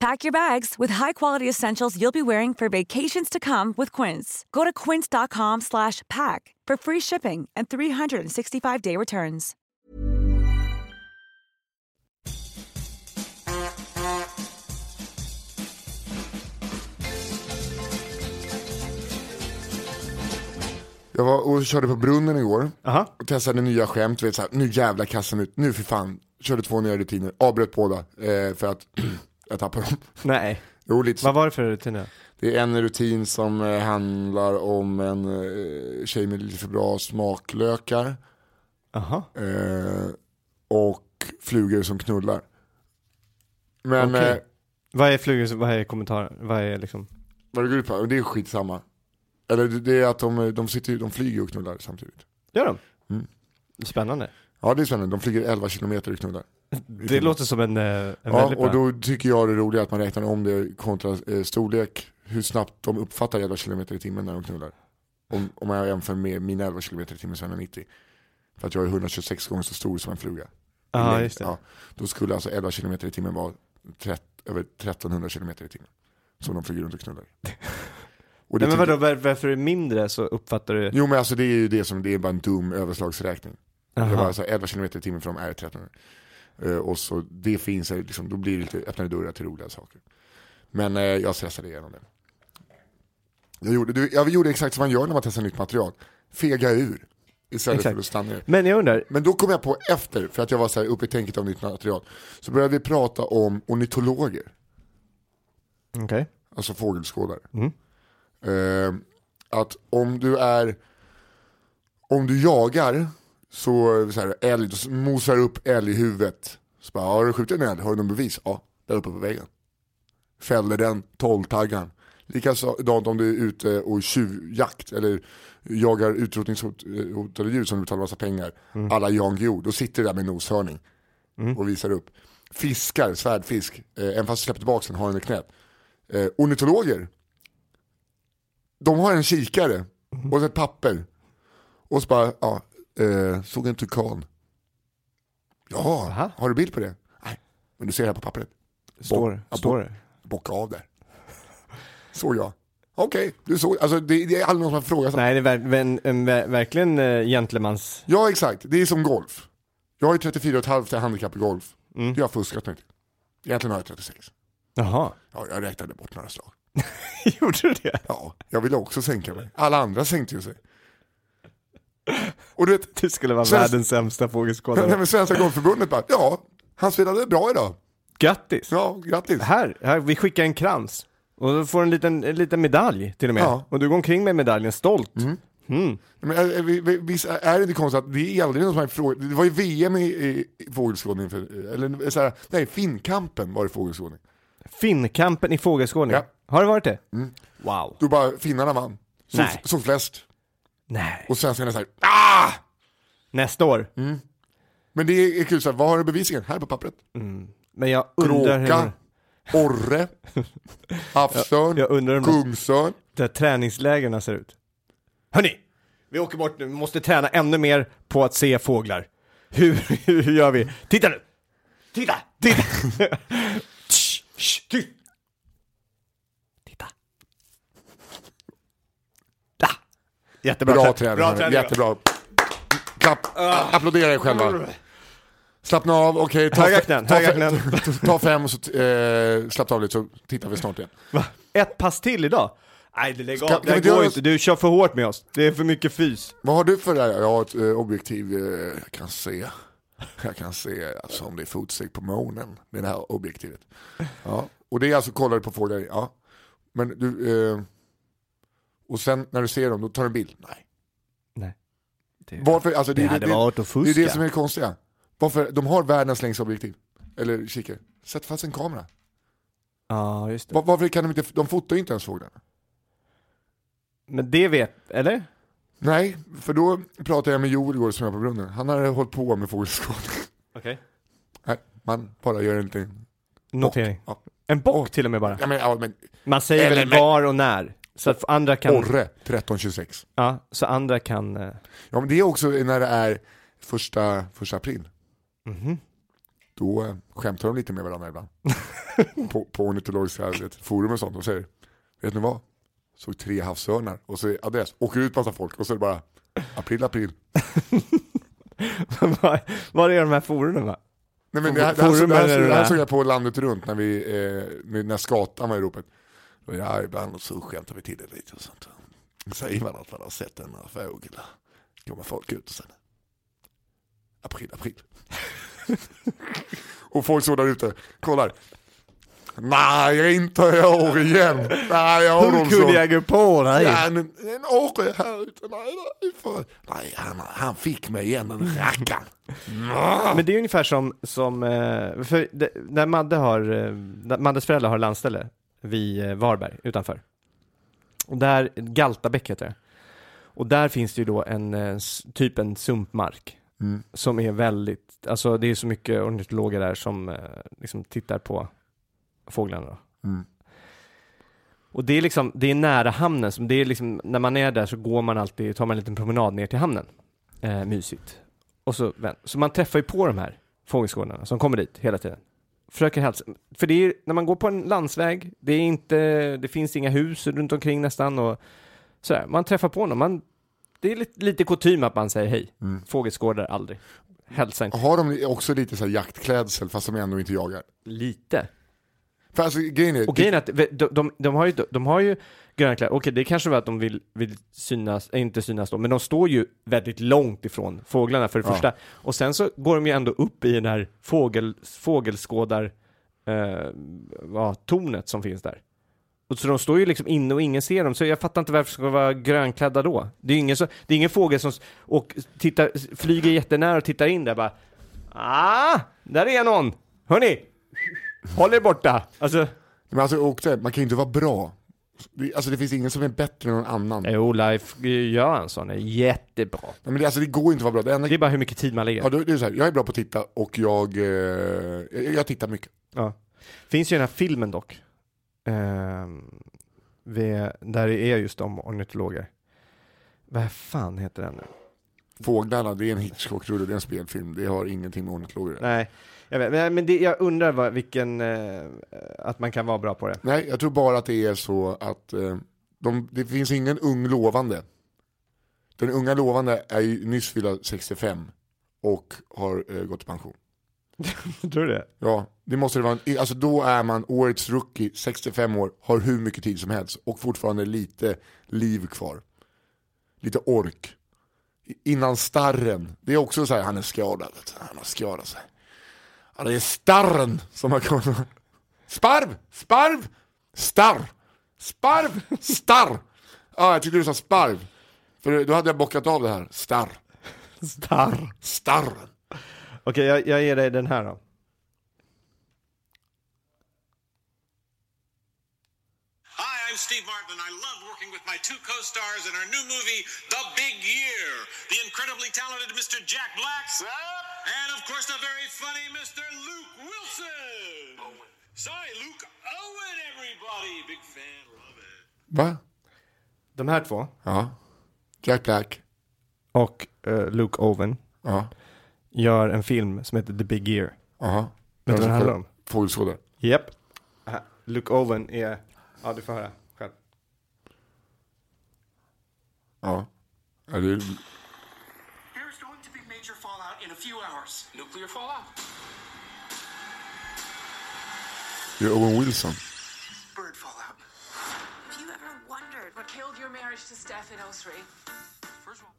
S5: Pack your bags with high-quality essentials you'll be wearing for vacations to come with Quince. Go to quince.com slash pack for free shipping and 365-day returns.
S2: Jag var och körde på brunnen igår
S1: Aha.
S2: och testade nya skämt. Du Vet, så här, nu jävla kassan ut, nu för fan. Körde två nya rutiner, avbröt båda eh, för att jag tappade dem.
S1: Nej,
S2: Jo, lite så.
S1: vad var det för rutin? då?
S2: Det är en rutin som eh, handlar om en eh, tjej med lite för bra smaklökar
S1: Jaha,
S2: eh, och flugor som knullar. Men
S1: Okej.
S2: eh,
S1: vad är flugor, vad är kommentarer, vad är liksom?
S2: vad det går ut på, det är skitsamma. Eller det- det är att de, eh, de, sitter, ju- de flyger och knullar samtidigt.
S1: Gör de?
S2: Mm.
S1: Spännande.
S2: Ja det är spännande, de flyger 11 kilometer och knullar.
S1: Det låter som en, eh, en
S2: Ja,
S1: väldigt bra.
S2: och då tycker jag det är roligt att man räknar om det kontra eh, storlek, hur snabbt de uppfattar 11 kilometer i timmen när de knullar. Om, om jag jämför med mina 11 kilometer i timmen som är 90. För att jag är 126 gånger så stor som en fluga.
S1: Ja,
S2: Längd.
S1: just det.
S2: Ja, då skulle alltså 11 kilometer i timmen vara trett- över 1300 kilometer i timmen. Som de flyger runt och knullar. i. Och det
S1: Nej, men
S2: tycker-
S1: vadå, var, varför är det mindre så uppfattar du?
S2: Jo men alltså det är ju det som, det är bara en dum överslagsräkning. Det var
S1: Jaha.
S2: alltså 11 kilometer i timmen för de är 13 uh, Och så det finns, eh, liksom, då blir det lite öppnade dörrar till roliga saker. Men eh, jag stressade igenom det. Jag gjorde, du, jag gjorde exakt som man gör när man testar nytt material. Fega ur. Istället
S1: Exakt.
S2: för att stanna ner.
S1: Men jag undrar,
S2: Men då kom jag på efter, för att jag var så här uppe i tänket av nytt material. Så började vi prata om ornitologer.
S1: okej,
S2: Alltså fågelskådare. Eh, att om du är, om du jagar, så, så här, älg, då mosar upp älg i huvudet. Så bara, har du skjutit en älg? Har du någon bevis? Ja, där uppe på vägen. Fäller den, tolvtaggaren. Likadant om du är ute och tjuvjakt eller jagar utrotningshotade djur som du betalar massa pengar. Alla Jan Guillou, då sitter du där med noshörning och visar upp. Fiskar, svärdfisk, eh, även fast du släpper tillbaka den har den i knät. eh, ornitologer. De har en kikare
S1: Mhm.
S2: och ett papper. Och så bara, ja, eh, såg en tukan. Ja,
S1: Aha.
S2: har du bild på det? Nej, men du ser här på pappret.
S1: Står,
S2: Ja,
S1: står
S2: bo-
S1: det?
S2: Bocka av där. Såg jag. Okej, du såg. Alltså det, det är aldrig någon som har frågat.
S1: Nej, det är ver- en, en, ver- verkligen eh, gentlemans...
S2: Ja exakt, det är som golf. Jag har ju 34,5 i handikapp i golf.
S1: Mm.
S2: Det har jag fuskat mig till. Egentligen har jag 36.
S1: Jaha.
S2: Ja, jag räknade bort några slag.
S1: Gjorde du det?
S2: Ja, jag ville också sänka mig. Alla andra sänkte ju sig. Och du vet,
S1: Du skulle vara
S2: Sen-
S1: världens sämsta
S2: nej,
S1: fågelskådare.
S2: men Svenska Golfförbundet bara, ja, han spelade bra idag.
S1: Grattis!
S2: Ja, grattis.
S1: Här, här, vi skickar en krans. Och du får en liten, en liten medalj till och med.
S2: Ja. Mm.
S1: Och du går omkring med medaljen stolt.
S2: Men är, är, vi- vi- visst är det inte konstigt att det är aldrig någon som har frågat, det var ju VM i, i i fågelskådning, för, eller eh, så här, nej, Finnkampen var det fågelskådning.
S1: Finnkampen i fågelskådning.
S2: Ja. Mm.
S1: Har det varit det? Wow.
S2: Då bara finnarna vann. Så,
S1: Nej.
S2: så flest.
S1: Nej.
S2: Och svenskarna säger ah!
S1: Nästa år.
S2: Mm. Men det är kul, så här, vad har du bevisningen? Här på pappret.
S1: Men jag undrar hur...
S2: Kråka, orre, havsörn,
S1: Jag undrar hur de
S2: kungsörn.
S1: där träningslägren ser ut. Hörni, vi åker bort nu. Vi måste träna ännu mer på att se fåglar. Hur, hur gör vi? Titta nu! Titta! Titta! Tsch, tsch, ty- Titta. Da. Jättebra
S2: Bra
S1: trä-
S2: träning,
S1: Bra
S2: hörni.
S1: träning.
S2: jättebra. Klapp, applådera er
S1: Mm.
S2: själva. Slappna av, okej. ta
S1: Höga
S2: fe-
S1: knän,
S2: ta,
S1: höga
S2: fe-
S1: knän.
S2: ta fem och så eh, slappna av lite så tittar vi snart igen.
S1: Va? Ett pass till idag? Nej, det- lägg av.
S2: Ska-
S1: Det här
S2: kan vi
S1: går
S2: göra-
S1: inte. Du kör för hårt med oss. Det är för mycket fys.
S2: Vad har du för det här? Jag har ett eh, objektiv, eh, jag kan se. Jag kan se alltså, om det är fotsteg på månen med det här objektivet. Ja. Och det är alltså, kollar du på fåglar, ja. Men du, eh, och sen när du ser dem, då tar du en bild? Nej.
S1: Nej.
S2: Varför, alltså, det,
S1: Det
S2: är-
S1: hade
S2: det,
S1: varit att
S2: det är det
S1: fuska.
S2: som är det konstiga. Varför, de har världens längsta objektiv, eller kikare. Sätt fast en kamera.
S1: Ja, just det.
S2: Var, varför kan de inte, de fotar ju inte ens fåglarna.
S1: Men det vet, eller?
S2: Nej, för då pratade jag med Joel igår som är på brunnen. Han har hållit på med fågelskådning.
S1: Okej.
S2: Nej, man bara gör en liten...
S1: Notering.
S2: Ja.
S1: En bock
S2: Åh.
S1: till och med bara.
S2: Ja men, ja, men
S1: Man säger
S2: Eller
S1: väl
S2: men-
S1: var och när. Så att andra kan,
S2: Orre 1326.
S1: ja, så andra kan, eh,
S2: Ja men det är också när det är första, första april.
S1: mhm.
S2: Då eh, skämtar de lite med varandra ibland. på, på ornitologiska du vet, forum och sånt. De säger, vet ni vad? Såg tre havsörnar och så är adress. Åker ut massa folk och så är det bara april, april.
S1: Vad- Vad är de här forumen va?
S2: Nej, men det, här, det, här,
S1: Forum
S2: det, här,
S1: eller
S2: det
S1: det
S2: här
S1: här?
S2: såg jag på landet runt när, vi, eh, när- när skatan var i ropet. Då är jag ibland och så skämtar vi till det lite och sånt. Säger man att man har sett en fågel, kommer folk ut och sen april, april. och folk står där ute, kollar. Nej, inte år igen. Nej, jag har
S1: Hur kunde jag gå på dig?
S2: en, en orre här ute. Nej, nej, för... nej han, han fick mig igen, den rackaren.
S1: Men det är ungefär som, som eh, för det, när Madde har, eh, när Maddes föräldrar har landställe vid eh, Varberg utanför. Och där, Galtabäck heter det. Och där finns det ju då en, eh, s- typ en sumpmark.
S2: Mm.
S1: Som är väldigt, alltså det är så mycket ornitologer där som eh, liksom tittar på fåglarna då.
S2: Mm.
S1: Och det är liksom, det är nära hamnen, så det är liksom, när man är där så går man alltid, tar man en liten promenad ner till hamnen. Eh, mysigt. Och så, vänt- så man träffar ju på de här fågelskådarna som kommer dit hela tiden. Försöker hälsa. För det är ju- när man går på en landsväg, det är inte, det finns inga hus runt omkring nästan och sådär. Man träffar på någon, man, det är lite, lite kutym att man säger hej. Fågelskådare aldrig. Hälsa inte.
S2: Har de också lite så här jaktklädsel fast de ändå inte jagar?
S1: Lite.
S2: För alltså grejen är,
S1: Och grejen är att de, de, de, har, ju, de har ju gröna kläder, okej det kanske var att de vill, vill synas, eh, inte synas då, men de står ju väldigt långt ifrån fåglarna för det
S2: Ja.
S1: första. Och sen så går de ju ändå upp i den här fågel, fågelskådar, eh, ja, tornet som finns där. Och så de står ju liksom inne och ingen ser dem, så jag fattar inte varför de ska vara grönklädda då. Det är ju ingen, så, det är ingen fågel som s- och tittar, flyger jättenära och tittar in där bara Ah, där är någon! Hörni! Håll er borta! Alltså,
S2: men alltså, och det, man kan ju inte vara bra. Det, alltså det finns ingen som är bättre än någon annan. Nej,
S1: Jo, Leif Göransson är jättebra.
S2: men det, alltså det går inte att vara bra. Det enda,
S1: Det är bara hur mycket tid man lägger.
S2: ja, det, det är så här, jag är bra på att titta och jag, eh, jag, jag tittar mycket.
S1: Ja. Finns ju den här filmen dock. eh, vi, där det är just om ornitologer. Vad fan heter den nu?
S2: Fåglarna, det är en Hitchcock-rulle, det är en spelfilm. Det har ingenting med ornitologer att göra.
S1: Nej, jag vet, men, men det, jag undrar vad, vilken, eh, att man kan vara bra på det.
S2: Nej, jag tror bara att det är så att eh, de, det finns ingen ung lovande. Den unga lovande är ju nyss fyllda 65 och har eh, gått i pension.
S1: Tror du det?
S2: Ja, det måste det vara. en- Alltså då är man årets rookie, 65 år, har hur mycket tid som helst och fortfarande lite liv kvar. Lite ork. I- Innan starren, det är också så här, han är skadad, vet du. han har skadat sig. Ja, det är starren som har kommit. Sparv, sparv, starr, sparv, starr. Ja, jag tyckte du sa sparv. För då hade jag bockat av det här, starr,
S1: Starr.
S2: starren.
S1: Okej, jag, jag ger dig den här då.
S6: Hi, I'm Steve Martin, and I love working with my two co stars in our new movie, The Big Year. The incredibly talented Mr. Jack Black. And of course, the very funny Mr. Luke Wilson. Sorry, Luke Owen, everybody. Big fan, love it.
S2: Va?
S1: De här två
S2: Ja. Jack Black.
S1: och eh, Luke Owen
S2: Ja.
S1: gör en film som heter The Big Year.
S2: Aha.
S1: Vet du vad den handlar om?
S2: Fågelskådare.
S1: Japp. Aha, Luke Owen är, ja du får höra själv.
S2: Ja. ja det är...
S3: There's going to be major fallout in a few hours. Nuclear fallout.
S2: Det är Owen Wilson.
S3: Bird fallout.
S7: Have you ever wondered what killed your marriage to Stefan Osry? First of all,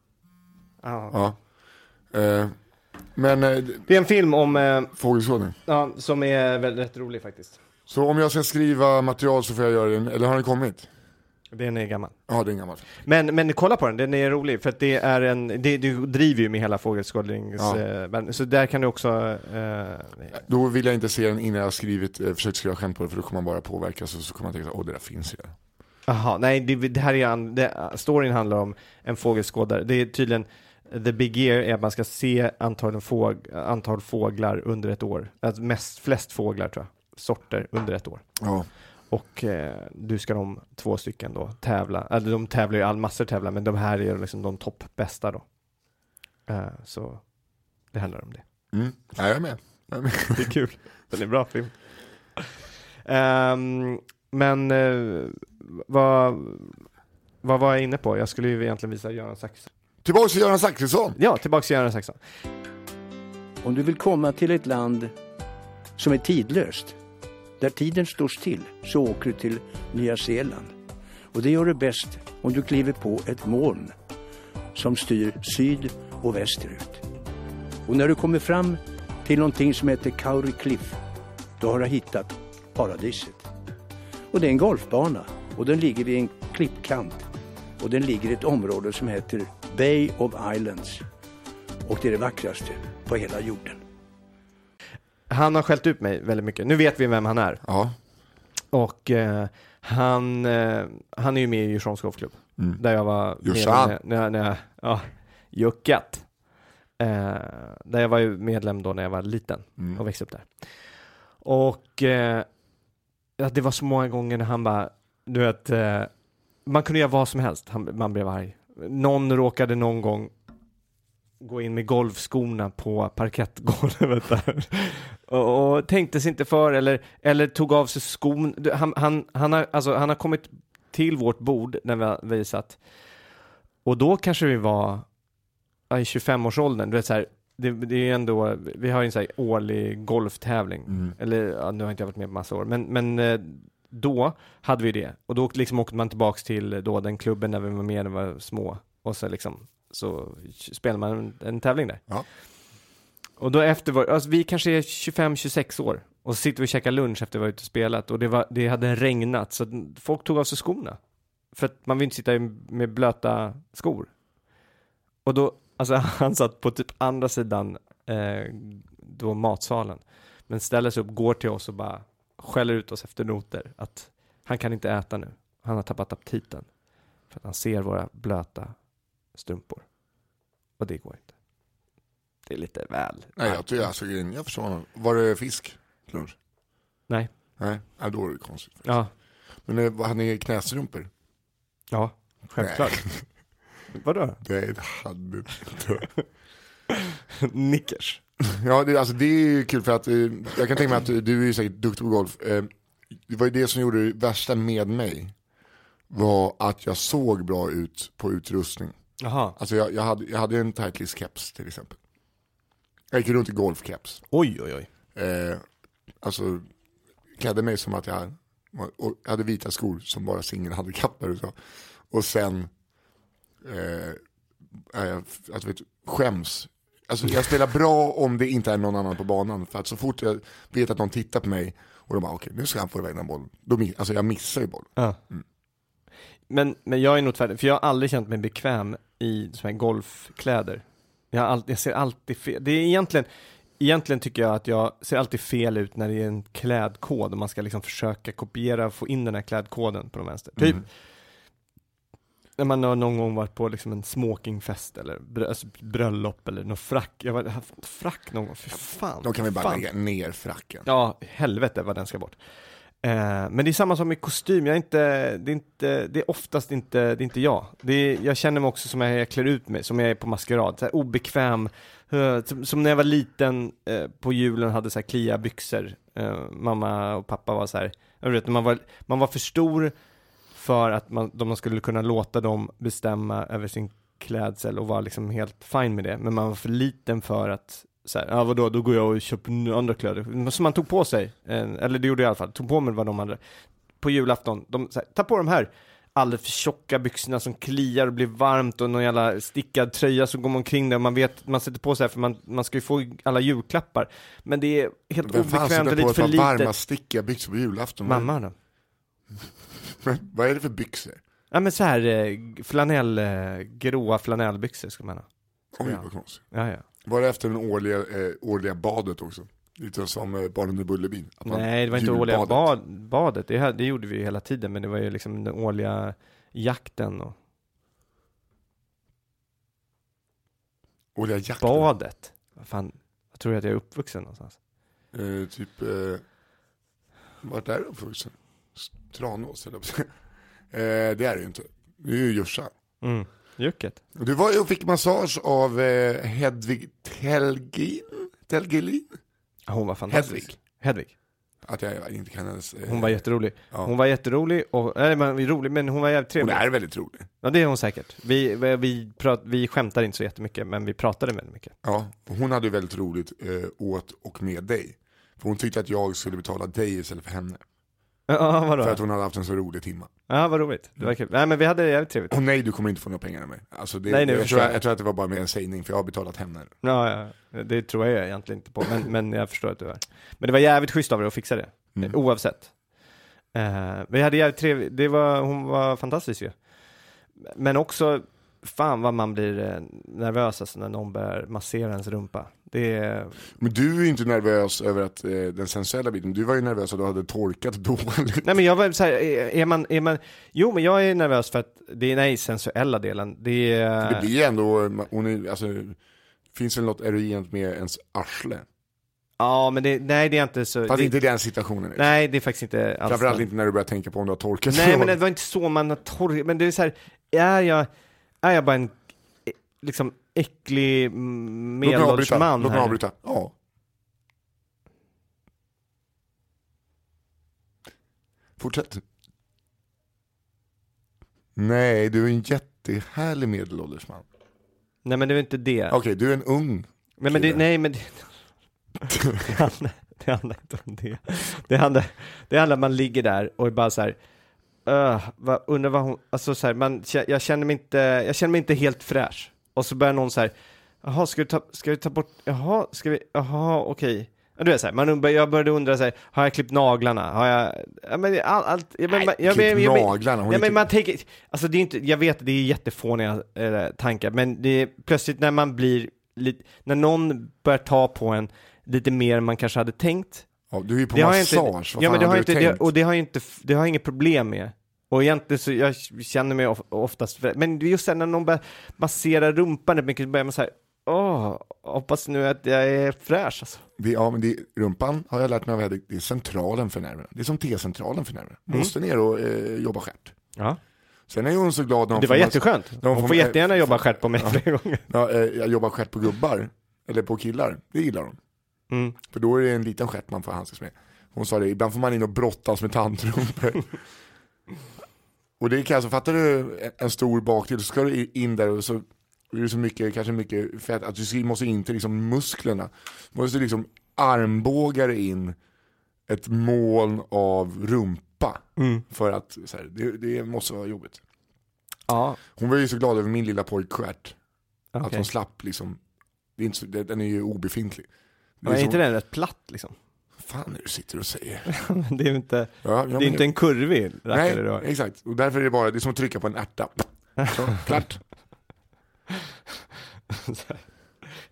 S2: Ja. Eh, men eh,
S1: Det är en film om, eh,
S2: fågelskådning.
S1: ja, som är väldigt rätt rolig faktiskt.
S2: Så om jag ska skriva material så får jag göra den, eller har den kommit?
S1: Den är gammal.
S2: Ja, det är en gammal.
S1: Men, men kolla på den, den är rolig för att det är en, det, du driver ju med hela fågelskådlings,
S2: Ja.
S1: eh, världen. så där kan du också, eh,
S2: Då vill jag inte se den innan jag har skrivit, eh, försökt skriva skämt på det, för då kommer man bara påverkas och så kommer man tänka, åh det där finns ju.
S1: aha, nej det, det här är, an- det, storyn handlar om en fågelskådare, det är tydligen The big year är att man ska se antal, fåg, antal fåglar under ett år. Alltså mest, flest fåglar tror jag. Sorter under ett år.
S2: Ja.
S1: Och eh, du ska de två stycken då tävla, eller de tävlar ju, all massor tävlar, men de här är liksom de toppbästa då. Eh, så det handlar om det.
S2: Mm. Ja, jag är med. Jag är med.
S1: Det är kul. Den är bra film. Ehm, men eh, vad, vad var jag inne på? Jag skulle ju egentligen visa Göran Saxon.
S2: Tillbaks till Göran Zachrisson.
S1: Ja, tillbaks till Göran Saxon.
S8: Om du vill komma till ett land som är tidlöst, där tiden står still, så åker du till Nya Zeeland. Och det gör du bäst om du kliver på ett moln som styr syd och västerut. Och när du kommer fram till någonting som heter Kauri Cliff, då har du hittat paradiset. Och det är en golfbana och den ligger vid en klippkant och den ligger i ett område som heter Bay of Islands. Och det är det vackraste på hela jorden.
S1: Han har skällt ut mig väldigt mycket. Nu vet vi vem han är.
S2: Ja.
S1: Och eh, han, eh, han är ju med i Djursholms golfklubb.
S2: Mm.
S1: Där jag var
S2: Djursholm.
S1: medlem när, när, när jag, ja, juckat. Eh, där jag var ju medlem då när jag var liten
S2: Mm.
S1: och växte upp där. Och eh, ja, det var så många gånger när han bara, du vet, eh, man kunde göra vad som helst, han, man blev arg. Någon råkade någon gång gå in med golfskorna på parkettgolvet där. Och, och tänkte sig inte för eller, eller tog av sig skon. Du, Han, han, han, har, alltså, han har kommit till vårt bord när vi har visat. Och då kanske vi var ja, i 25-årsåldern. Du vet så här, det, det är ju ändå, vi har ju en så här årlig golftävling.
S2: Mm.
S1: Eller ja, nu har inte jag varit med på massa år, men, men eh, då hade vi det. Och då liksom åkte man tillbaks till då den klubben när vi var med när vi var små. Och så liksom, så spelade man en, en tävling där.
S2: Ja.
S1: Och då efter, var, alltså vi kanske är 25-26 år. Och så sitter vi och käkar lunch efter vi var ute och spelat. Och det, var, det hade regnat, så att folk tog av sig skorna. För att man vill inte sitta i- med blöta skor. Och då, alltså han satt på typ andra sidan eh, då matsalen. Men ställer sig upp, går till oss och bara skäller ut oss efter noter. Att han kan inte äta nu. Han har tappat aptiten. För att han ser våra blöta strumpor. Och det går inte. Det är lite väl.
S2: Nej, jag, tror- alltså, jag förstår honom. Var det fisk? Lunch?
S1: Nej.
S2: Nej, ja, då är det konstigt.
S1: Ja.
S2: Men eh, hade ni knästrumpor?
S1: Ja, självklart. Vadå?
S2: Nej, det hade du inte.
S1: Nickers.
S2: Ja, det, alltså det är ju kul för att eh, jag kan tänka mig att du är ju säkert duktig på golf. Eh, det var ju det som gjorde det värsta med mig. Var att jag såg bra ut på utrustning.
S1: Jaha.
S2: Alltså jag, jag, hade, jag hade en tightlease keps till exempel. Jag gick runt i golfkeps.
S1: Oj, oj, oj.
S2: Eh, alltså klädde mig som att jag var- och jag hade vita skor som bara singelhandikappade och så. Och sen, eh, är jag, alltså vet, du, skäms. Alltså jag spelar bra om det inte är någon annan på banan. För att så fort jag vet att någon tittar på mig och de bara okej nu ska han få iväg den bollen. Då, mi- alltså jag missar ju bollen.
S1: Ja. Mm. Men, men jag är nog tvärtom, för jag har aldrig känt mig bekväm i såna här golfkläder. Jag, har all, jag ser alltid fel, det är egentligen, egentligen tycker jag att jag ser alltid fel ut när det är en klädkod och man ska liksom försöka kopiera och få in den här klädkoden på de vänster. Typ,
S2: Mm.
S1: när man har någon gång varit på liksom en smokingfest eller brö, alltså bröllop eller någon frack, jag har haft frack någon gång, för fan.
S2: Då kan vi bara
S1: fan.
S2: lägga ner fracken.
S1: Ja, helvete vad den ska bort. Eh, men det är samma som i kostym, jag är inte, det, är inte, det är oftast inte, det är inte jag. Det är, jag känner mig också som jag, jag klär ut mig, som jag är på maskerad, så här obekväm. Eh, som, som när jag var liten eh, på julen hade så här klia byxor. Eh, mamma och pappa var så här, jag vet, man, var, man var för stor för att man, de man skulle kunna låta dem bestämma över sin klädsel och vara liksom helt fine med det. Men man var för liten för att så här, ja vadå, då går jag och köper n- andra kläder. Som man tog på sig, eh, eller det gjorde jag i alla fall, tog på mig vad de hade. På julafton, de så här, ta på de här alldeles för tjocka byxorna som kliar och blir varmt och någon jävla stickad tröja som går omkring där. Man vet, man sätter på sig här för man, man ska ju få alla julklappar. Men det är helt
S2: Vem fan
S1: obekvämt och
S2: sätter på
S1: lite
S2: ett par
S1: för
S2: varma
S1: litet.
S2: stickiga byxor på julafton?
S1: Mamma då?
S2: Men Vad är det för byxor?
S1: Ja men så här eh, flanell, eh, gråa flanellbyxor ska man ha.
S2: Oj
S1: Ja.
S2: vad konstigt.
S1: Ja, ja.
S2: Var det efter det årliga, eh, årliga badet också? Lite som eh, barnen i Bullerbyn? Att man-
S1: Nej, det var inte årliga
S2: julbadet.
S1: bad, badet. Det, här, det gjorde vi ju hela tiden, men det var ju liksom den årliga jakten och
S2: Årliga jakten?
S1: badet. Vad fan, jag tror att jag är uppvuxen någonstans.
S2: Eh, typ, eh, vart är du uppvuxen? S- Tranås eller eh, Det är det ju inte. Det är ju Jursa.
S1: Mm. Jucket.
S2: Du var ju och fick massage av eh, Hedvig Telgin? Telgelin?
S1: Hon var fantastisk.
S2: Hedvig.
S1: Hedvig.
S2: Att jag inte kan hennes... Eh,
S1: Hon var jätterolig.
S2: Ja.
S1: Hon var jätterolig och, nej men rolig, men hon var jävligt
S2: hon
S1: trevlig.
S2: är väldigt rolig.
S1: Ja det är hon säkert. Vi, vi, vi, prat, vi skämtar inte så jättemycket, men vi pratade väldigt mycket.
S2: Ja, och hon hade ju väldigt roligt eh, åt och med dig. För hon tyckte att jag skulle betala dig istället för henne.
S1: Ja, vadå?
S2: För att hon hade haft en så rolig timma.
S1: Ja, vad roligt. Det var kul. Nej men vi hade jävligt trevligt.
S2: Och nej, du kommer inte få några pengar av mig. Alltså det,
S1: Nej, nej,
S2: jag,
S1: jag
S2: tror,
S1: förstår.
S2: jag tror att det var bara med en sägning, för jag har betalat henne.
S1: Ja, ja, det tror jag egentligen inte på, men, men jag förstår att du är. Men det var jävligt schysst av dig att fixa det,
S2: Mm.
S1: oavsett. Eh, vi hade jävligt trevligt, det var, hon var fantastisk ju. Men också, fan vad man blir eh, nervös alltså när någon börjar massera ens rumpa. Det är,
S2: Men du är ju inte nervös över att, eh, den sensuella biten, du var ju nervös att du hade torkat dåligt.
S1: nej men jag var så här, är, är man, är man, jo men jag är nervös för att det är, nej, sensuella delen, det är...
S2: Det blir ju ändå, eh, hon är, alltså, finns väl något erogent med ens arsle?
S1: Ja men det, nej det är inte så...
S2: Fast
S1: det,
S2: inte i den situationen. liksom.
S1: Nej det är faktiskt inte alls...
S2: Framförallt inte när du börjar tänka på om du har torkat
S1: Nej, men det
S2: dåligt.
S1: var inte så man har torr... Men det är så här, är jag, är jag bara en eh, liksom äcklig mm,
S2: Låt mig avbryta.
S1: medelålders man
S2: Låt mig
S1: här?
S2: avbryta. Ja. Fortsätt. Nej, du är en jättehärlig medelålders man.
S1: Nej, men det var inte det.
S2: Okej, du är en ung.
S1: Nej, men det,
S2: kille.
S1: nej, men det, det, handlar, det handlar inte om det. Det handlar, det handlar om man ligger där och är bara så här, öh, vad, undrar vad hon, alltså så här, man, kä- jag känner mig inte, jag känner mig inte helt fräsch. Och så börjar någon så här, jaha, ska du ta, ska du ta bort, jaha, ska vi, jaha, okej. Ja, Du vet så här, man, undrar- jag började undra så här, har jag klippt naglarna? Har jag, ja, men all, allt, jag, men, jag, jag,
S2: Klipp
S1: jag, jag,
S2: naglarna. Hon
S1: Nej, men
S2: gick-
S1: man tänker, alltså det är inte, jag vet det är jättefåniga eh, tankar, men det är plötsligt när man blir, lite, när någon börjar ta på en lite mer än man kanske hade tänkt.
S2: ja, du är ju på
S1: det har jag
S2: massage.
S1: inte,
S2: Vad
S1: ja,
S2: fan
S1: men det har
S2: hade
S1: jag
S2: du
S1: inte,
S2: tänkt?
S1: det, och det har jag inte, f- det har jag inget problem med. Och egentligen så, jag känner mig of, oftast, för- men just sen när någon börjar massera rumpan rätt mycket, så börjar man så här, Åh, hoppas nu att jag är fräsch alltså.
S2: Det, ja, men det, rumpan har jag lärt mig av Hedvig, det är centralen för nerverna. Det är som T-centralen för nerverna.
S1: Mm.
S2: Måste ner och eh, jobba stjärt.
S1: Ja.
S2: Sen är hon så glad när hon
S1: Det var
S2: får-
S1: jätteskönt.
S2: när
S1: Hon får jättegärna jobba stjärt på mig
S2: ja,
S1: flera gånger.
S2: Ja, eh, jag jobbar stjärt på gubbar, eller på killar, det gillar hon. För då är det en liten stjärt man får handskas med. Hon sa det, ibland får man in och brottas med tandrumpor. och det kan alltså, fattar du en- en stor bakdel, så ska du in där och så är det så mycket, kanske mycket fett, att du ska- måste in till liksom musklerna. Du måste liksom armbågar in ett moln av rumpa. För att så här, det, det måste vara jobbigt.
S1: Ja.
S2: Hon var ju så glad över min lilla pojkstjärt. Att
S1: Okej.
S2: hon slapp liksom, det är inte, så- det- den är ju obefintlig.
S1: Men är inte den rätt platt liksom?
S2: Fan är det du sitter och säger.
S1: det är ju inte,
S2: Ja, ja, men
S1: det är inte en kurvig
S2: Nej,
S1: rackare du har.
S2: exakt. Och därför är det bara, det är som att trycka på en ärta. Så, klart.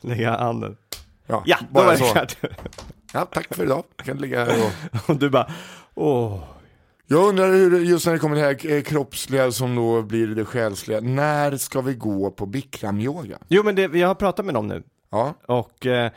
S1: Lägga handen.
S2: Ja,
S1: Ja, då
S2: bara
S1: var det
S2: så.
S1: klart.
S2: Ja, tack för idag. Jag kan ligga här och...
S1: Och du bara, åh.
S2: Jag undrar hur, det- just när det kommer det här eh, kroppsliga som då blir det själsliga, när ska vi gå på bikramyoga?
S1: Jo men det, jag har pratat med dem nu.
S2: Ja.
S1: Och, eh,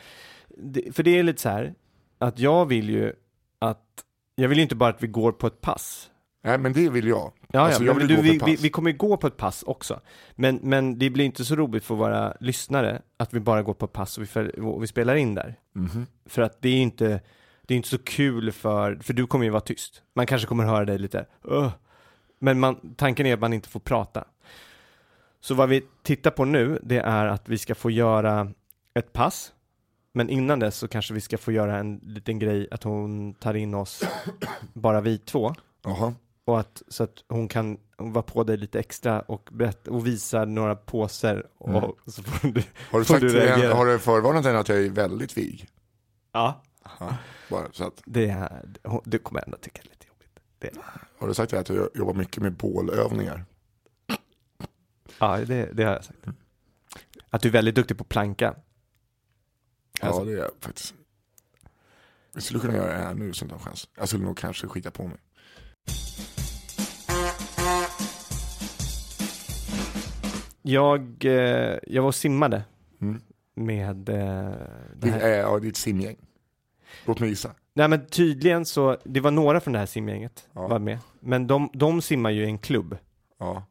S1: det, för det är lite så här, att jag vill ju att, jag vill ju inte bara att vi går på ett pass.
S2: Nej men det vill jag.
S1: Ja,
S2: Alltså,
S1: ja
S2: jag
S1: men
S2: vill
S1: du,
S2: gå på
S1: vi,
S2: ett
S1: vi,
S2: pass.
S1: vi kommer ju gå på ett pass också. Men, men det blir inte så roligt för våra lyssnare att vi bara går på ett pass och vi, följ- och vi spelar in där.
S2: Mhm.
S1: För att det är ju inte, det är inte så kul för, för du kommer ju vara tyst. Man kanske kommer höra dig lite, "Ugh." men man, tanken är att man inte får prata. Så vad vi tittar på nu, det är att vi ska få göra ett pass. Men innan dess så kanske vi ska få göra en liten grej att hon tar in oss, bara vi två.
S2: Jaha.
S1: Och att, så att hon kan vara på dig lite extra och, berätta, och visa några poser. Och,
S2: Mm.
S1: så får du,
S2: Har du,
S1: får
S2: sagt, till henne-
S1: reagera.
S2: har du förvarnat henne att jag är väldigt vig?
S1: Ja.
S2: Ja, bara så att,
S1: Det är, hon- du kommer ändå tycka det är lite jobbigt. Det,
S2: har du sagt till henne att jag jobbar mycket med bålövningar?
S1: ja, det, det har jag sagt.
S2: Mm.
S1: Att du är väldigt duktig på planka. Alltså.
S2: Ja det är jag faktiskt. Jag skulle kunna göra det här nu som en chans. Jag skulle nog kanske skita på mig.
S1: Jag, eh, jag var och simmade
S2: Mm.
S1: med eh, det
S2: Ditt,
S1: här.
S2: äh, ja, ditt simgäng. Låt mig gissa.
S1: Nej men tydligen så, det var några från det här simgänget
S2: Ja.
S1: var med. Men de, de simmar ju i en klubb.
S2: Ja.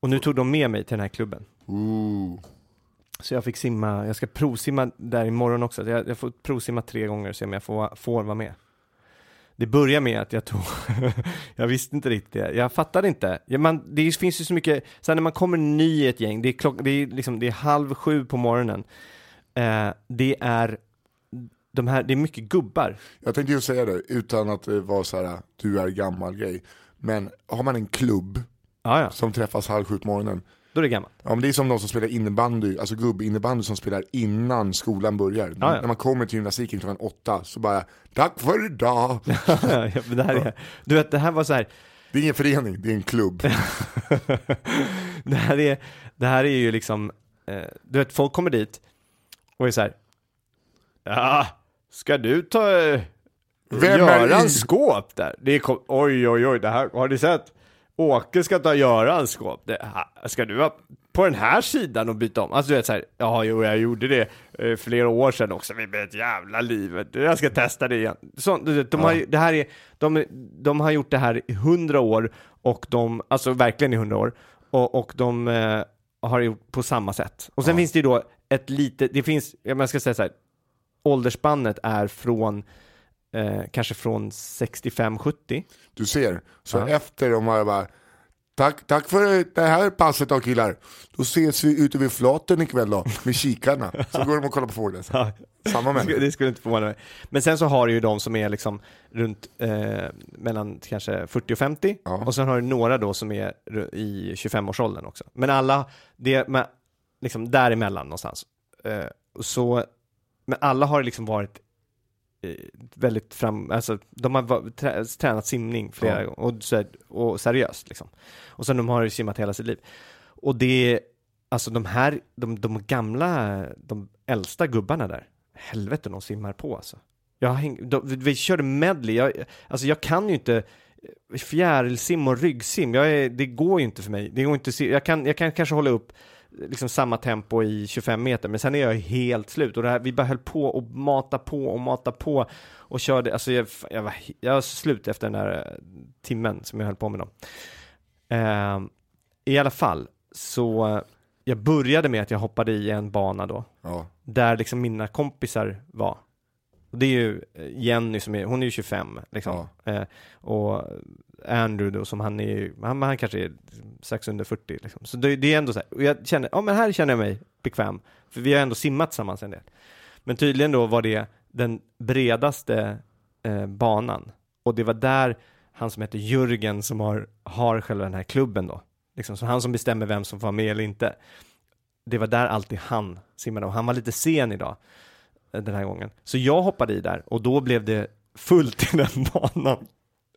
S1: Och nu tog de med mig till den här klubben.
S2: Ooh.
S1: Så jag fick simma, jag ska provsimma där imorgon också. Jag, jag får provsimma tre gånger och se om jag får, får vara med. Det börjar med att jag tog, jag visste inte riktigt det. Jag fattade inte. Ja, man, det finns ju så mycket, sen när man kommer ny i ett gäng, det är, klock, det är, liksom, det är halv sju på morgonen. Eh, det är, de här, det är mycket gubbar.
S2: Jag tänkte ju säga det utan att det var så här, du är gammal grej. Men har man en klubb
S1: Ja, ja,
S2: som träffas halv sju på morgonen.
S1: då är det gammalt.
S2: Ja, men det är som de som spelar innebandy, alltså gubbinnebandy som spelar innan skolan börjar.
S1: Ja, ja.
S2: När man kommer till gymnastiken klockan åtta så bara, tack för idag.
S1: Ja, men det här är, du vet, det här var så här,
S2: Det är ingen förening, det är en klubb.
S1: det, här är, det här är ju liksom, eh, du vet folk kommer dit och är så här, ja, ska du ta eh,
S2: Vem är in-
S1: Görans skåp där? Det är, kom- oj, oj, oj, det här, har ni sett? Åke ska ta Görans skåp, det, här- ska du vara på den här sidan och byta om? Alltså du vet så här, ja, jo, jag gjorde det eh, flera år sedan också, vi blev ett jävla livet, jag ska testa det igen. Så, du vet, de, har, ju- det här är, de, de har gjort det här i hundra år och de, alltså verkligen i hundra år, och, och de eh, har gjort på samma sätt. Och sen finns det ju då ett litet, det finns, jag men jag ska säga så här, åldersspannet är från eh, kanske från 65-70.
S2: Du ser, så
S1: Ja.
S2: efter de har bara, tack, tack för det här passet då killar. Då ses vi ute vid flaten ikväll då, med kikarna. Så går de och kollar på fåglar. Samma
S1: Det skulle-
S2: människor.
S1: Det skulle inte förvåna mig. Men sen så har du ju de som är liksom runt eh, mellan kanske 40 och 50
S2: Ja.
S1: och sen har du några då som är ru- i 25-årsåldern också. Men alla, det med, liksom däremellan någonstans. Eh, och så, men alla har liksom varit eh, väldigt fram, alltså de har va- trä, tränat simning flera
S2: Ja.
S1: gånger och, så här- och seriöst liksom. Och sen de har ju simmat hela sitt liv. Och det, alltså de här, de, de gamla, de äldsta gubbarna där, helvete de simmar på alltså. Jag häng, de, vi- vi körde medley, jag, alltså jag kan ju inte eh, fjärilsim och ryggsim, jag är, det går ju inte för mig. Det går inte, att se- jag, kan, jag kan kanske hålla upp liksom samma tempo i 25 meter, men sen är jag helt slut och det här, vi bara höll på och mata på och mata på och körde, alltså jag, jag var, jag var slut efter den här eh, timmen som jag höll på med dem. Ehm, I alla fall, så eh, jag började med att jag hoppade i en bana då,
S2: Ja.
S1: där liksom mina kompisar var. Och det är ju eh, Jenny som är, hon är ju 25 liksom. Eh, och Andrew då som han är ju, han, han kanske är strax under 40 liksom. Så det, det är ändå så här, och jag känner, ja men här känner jag mig bekväm. För vi har ändå simmat tillsammans en del. Men tydligen då var det den bredaste eh, banan. Och det var där han som heter Jürgen som har, har själva den här klubben då. Liksom, så han som bestämmer vem som får vara med eller inte. Det var där alltid han simmade och han var lite sen idag eh, den här gången. Så jag hoppade i där och då blev det fullt i den banan.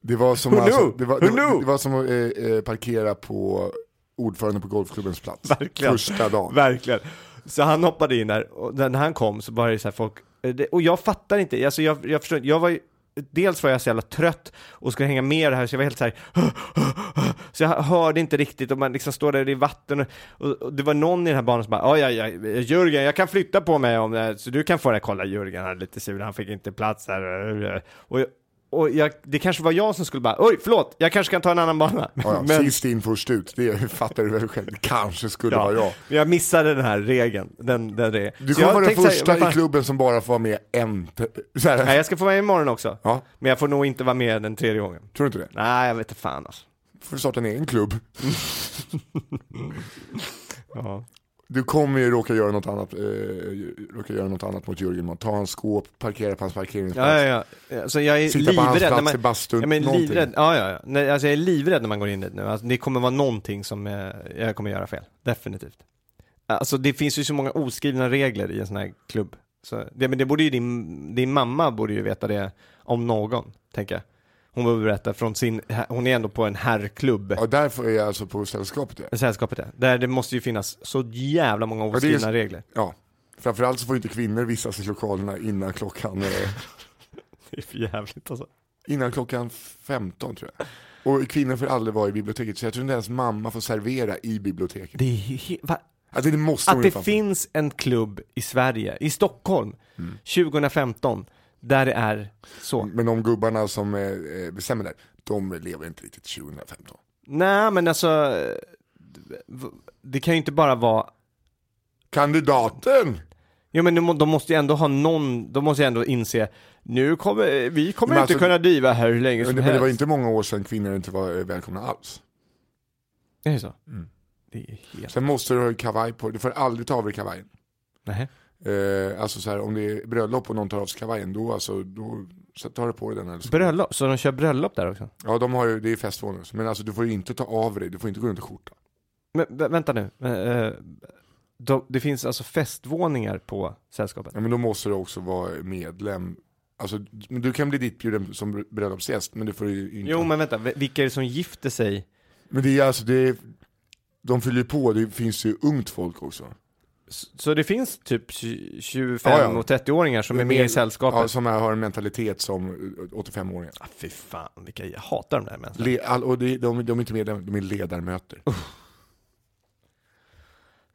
S2: Det var som,
S1: Who
S2: alltså,
S1: knew?
S2: det var,
S1: Who
S2: det, var,
S1: knew?
S2: det var som att eh, eh, parkera på ordförande på golfklubbens plats.
S1: Verkligen.
S2: Första dagen.
S1: Verkligen. Så han hoppade in där och när han kom så var det så här folk, eh, det- och jag fattar inte, alltså jag, jag förstår, jag var ju, dels var jag så jävla trött och skulle hänga med i det här så jag var helt så här, så jag hörde inte riktigt och man liksom står där i vatten och, och, och det var någon i den här banan som bara, "Ja, ja, ja, Jörgen, jag kan flytta på mig om det här, så du kan få det, här." kolla Jörgen, han är lite sur, han fick inte plats här. Och, jag- och jag, det kanske var jag som skulle bara, oj, förlåt, jag kanske kan ta en annan bana.
S2: Ja, ja.
S1: Men-
S2: Sist in först ut, det fattar du väl själv. Det Kanske skulle vara jag.
S1: men jag missade den här regeln. Den, den regeln.
S2: Du
S1: Så
S2: kommer
S1: jag
S2: vara den
S1: tänkte så här,
S2: första
S1: vad fan-
S2: i klubben som bara får vara med en. te- Så här.
S1: Nej, jag ska få vara med imorgon också.
S2: Ja.
S1: Men jag får nog inte vara med den tredje gången.
S2: Tror du inte det?
S1: Nej, jag vet inte fan alltså.
S2: Får du starta en egen klubb.
S1: Ja.
S2: Du kommer ju råka göra något annat, eh, råka göra något annat mot Jörgen. Ta hans skåp, parkera på hans parkeringsplats.
S1: Ja, ja, ja. Alltså, jag är
S2: Sitta på hans
S1: livrädd.
S2: plats
S1: när
S2: i bastun,
S1: ja, men
S2: någonting.
S1: livrädd. Ja, ja, ja. Nej, alltså, jag är livrädd när man går in dit nu. Alltså, det kommer vara någonting som eh, jag kommer göra fel. Definitivt. Alltså det finns ju så många oskrivna regler i en sån här klubb. Så, det, men det borde ju din, din mamma borde ju veta det om någon, tänker jag. Hon borde berätta från sin, hon är ändå på en herrklubb.
S2: Ja, därför är jag alltså på sällskapet. Ja.
S1: Sällskapet är. Där det måste ju finnas så jävla många
S2: Ja, det är-
S1: oskrivna regler.
S2: Ja. Framförallt så får ju inte kvinnor vistas i lokalerna innan klockan, eh,
S1: Det är för jävligt alltså.
S2: innan klockan 15 tror jag. Och kvinnor får aldrig vara i biblioteket, så jag tror inte ens mamma får servera i biblioteket.
S1: Det är ju he- va?
S2: Alltså det måste hon
S1: Att
S2: ju
S1: det
S2: fan få.
S1: finns en klubb i Sverige, i Stockholm, 2015, där det är så.
S2: Men de gubbarna som eh, eh, bestämmer där, de lever inte riktigt 2015.
S1: Nej men alltså, eh, v- det kan ju inte bara vara
S2: Kandidaten!
S1: Jo men de må- de måste ju ändå ha någon, de måste ju ändå inse, nu kommer, vi kommer
S2: Men
S1: inte
S2: alltså-
S1: kunna driva här hur länge
S2: Men
S1: som
S2: det, men
S1: helst.
S2: det var inte många år sedan kvinnor inte var eh, välkomna alls.
S1: Det är så?
S2: Mm.
S1: Det är helt...
S2: Sen måste du ha kavaj på dig, du får aldrig ta av dig kavajen.
S1: Nej.
S2: Eh, alltså så här, om det är bröllop och någon tar av sig kavajen, då, alltså, då så tar du på dig den. Här.
S1: Bröllop, så de kör bröllop där också?
S2: Ja, de har ju, det är festvåning. Men alltså du får ju inte ta av dig, du får inte gå runt i skjorta.
S1: Men vä- vänta nu, Eh, eh, de, det finns alltså festvåningar på sällskapet?
S2: Ja, men då måste du också vara medlem. Alltså, men du kan bli ditbjuden som br- bröllopsgäst, men du får ju inte.
S1: Jo men vänta, v- vilka är det som gifter sig?
S2: Men det är alltså, det är, de fyller ju på, det finns ju ungt folk också.
S1: S- Så det finns typ tj- 25
S2: Ja, ja.
S1: och 30-åringar som är med i sällskapet?
S2: Ja, som är, har en mentalitet som eh, 85-åringar.
S1: ah, fy fan, vilka, jag hatar de där människorna.
S2: Le, all, och det, de, de är inte medlemmar, de är ledarmöter.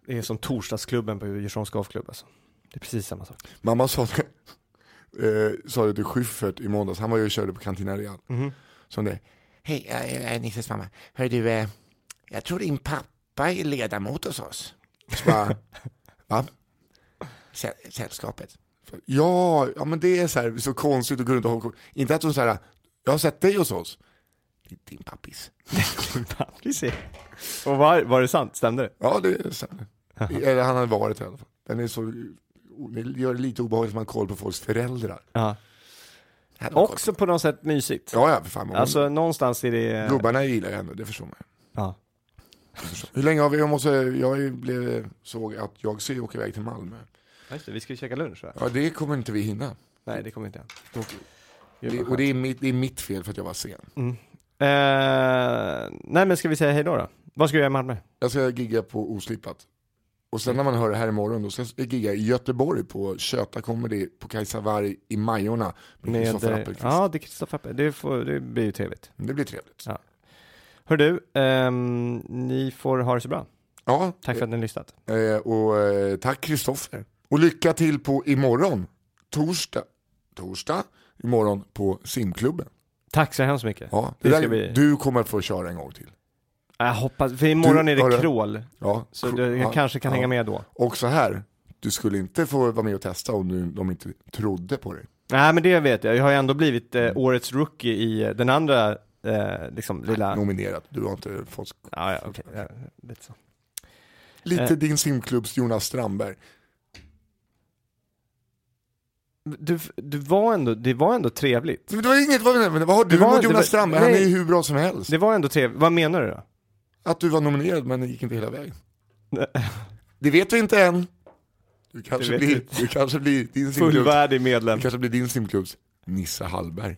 S1: Det är som torsdagsklubben på Djursholms golfklubb alltså. Det är precis samma sak.
S2: Mamma sa det, eh, sa det till Schyffert i måndags, han var ju och körde på Cantina Real.
S1: Mhm.
S2: Så hon det, hej, jag är Nisses mamma. Hör du, eh, jag tror din pappa är ledamot hos oss. Så bara, va? Säll, sällskapet. Så, Ja, ja, men det är så, här, så konstigt att gå runt och hålla Inte att hon så här, jag har sett dig hos oss. Din, din pappis.
S1: Fan, vi ser. Och var, var det sant? Stämde det?
S2: Ja, det är sant. Eller han har varit i alla fall. Den är så, det gör det lite obehagligt att man har koll på folks föräldrar.
S1: Ja.
S2: Här har
S1: Också på något sätt mysigt.
S2: Ja, ja, för fan. Hon-
S1: Alltså någonstans är det...
S2: Gubbarna gillar ju henne, det förstår man.
S1: Ja.
S2: Hur länge har vi, jag måste, jag blev, såg att jag ska ju åka iväg till Malmö.
S1: Just det, vi ska ju käka lunch va?
S2: Ja, det kommer inte vi hinna.
S1: Nej, det kommer inte jag.
S2: Det, och det är, mitt, det är mitt fel för att jag var sen.
S1: Mm. Eh, nej, men ska vi säga hej då då? Vad ska du göra i Malmö?
S2: Jag ska gigga på Oslipat. Och sen när man hör det här imorgon, då ska jag gigga i Göteborg på Köta Comedy på Kajsa Warg i Majorna med,
S1: Med,
S2: Kristoffer
S1: eh,
S2: Appelqvist.
S1: Ja, det är Kristoffer Appel. Det, får, det blir ju trevligt.
S2: Det blir trevligt.
S1: Hör du, ehm, ni får ha det så bra.
S2: Ja.
S1: Tack för att ni har lyssnat.
S2: Eh, och eh, tack Kristoffer. Och lycka till på imorgon, torsdag, torsdag, imorgon på simklubben.
S1: Tack så hemskt mycket.
S2: Ja,
S1: Det
S2: det där,
S1: ska bli-
S2: Du kommer att få köra en gång till.
S1: Jag hoppas, för imorgon
S2: Du,
S1: är
S2: hörru.
S1: det crawl.
S2: Ja,
S1: Så
S2: cr-
S1: du- jag
S2: ja,
S1: kanske kan
S2: ja.
S1: hänga med då.
S2: Och så här, du skulle inte få vara med och testa om du, de inte trodde på dig.
S1: Nej men det vet jag, jag har ju ändå blivit eh, årets rookie i eh, den andra eh, liksom lilla...
S2: Nominerat, du har inte fått...
S1: Ja, ja, okej. Ja, lite så.
S2: Lite
S1: Eh.
S2: din simklubbs Jonas Strandberg.
S1: Du, du var ändå, det var ändå trevligt.
S2: Men Det var inget, vad, men vad har du
S1: var-
S2: mot
S1: det
S2: Jonas
S1: var-
S2: Strandberg? Han är
S1: nej.
S2: ju hur bra som helst.
S1: Det var ändå trevligt, vad menar du då?
S2: Att du var nominerad men gick inte hela vägen. Det vet vi inte än. Du kanske,
S1: Det vet
S2: blir,
S1: vi inte.
S2: du kanske blir din simklubbs,
S1: Fullvärdig medlem.
S2: du kanske blir din simklubbs Nisse Hallberg.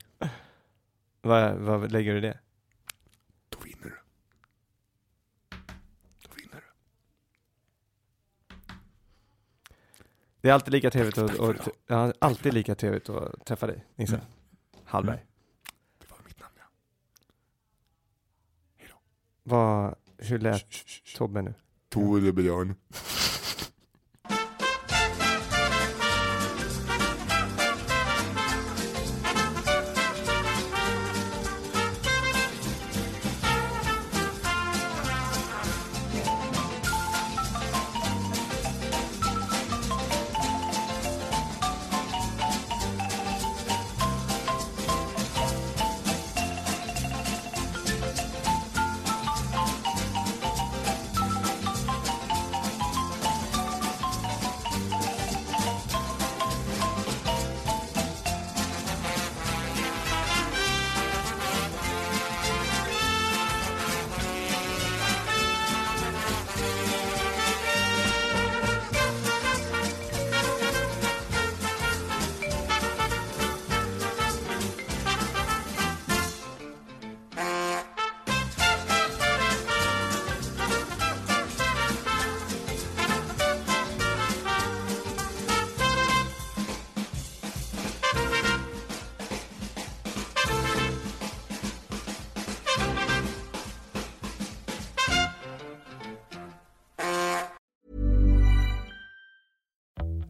S1: Vad, vad lägger du i det?
S2: Då vinner du. Då vinner du.
S1: Det är alltid lika trevligt att, att, ja, alltid lika trevligt att träffa dig, Nisse. Hallberg.
S2: Det var mitt namn ja.
S1: Vad, hur lät Tobbe nu?
S2: Tore Björn.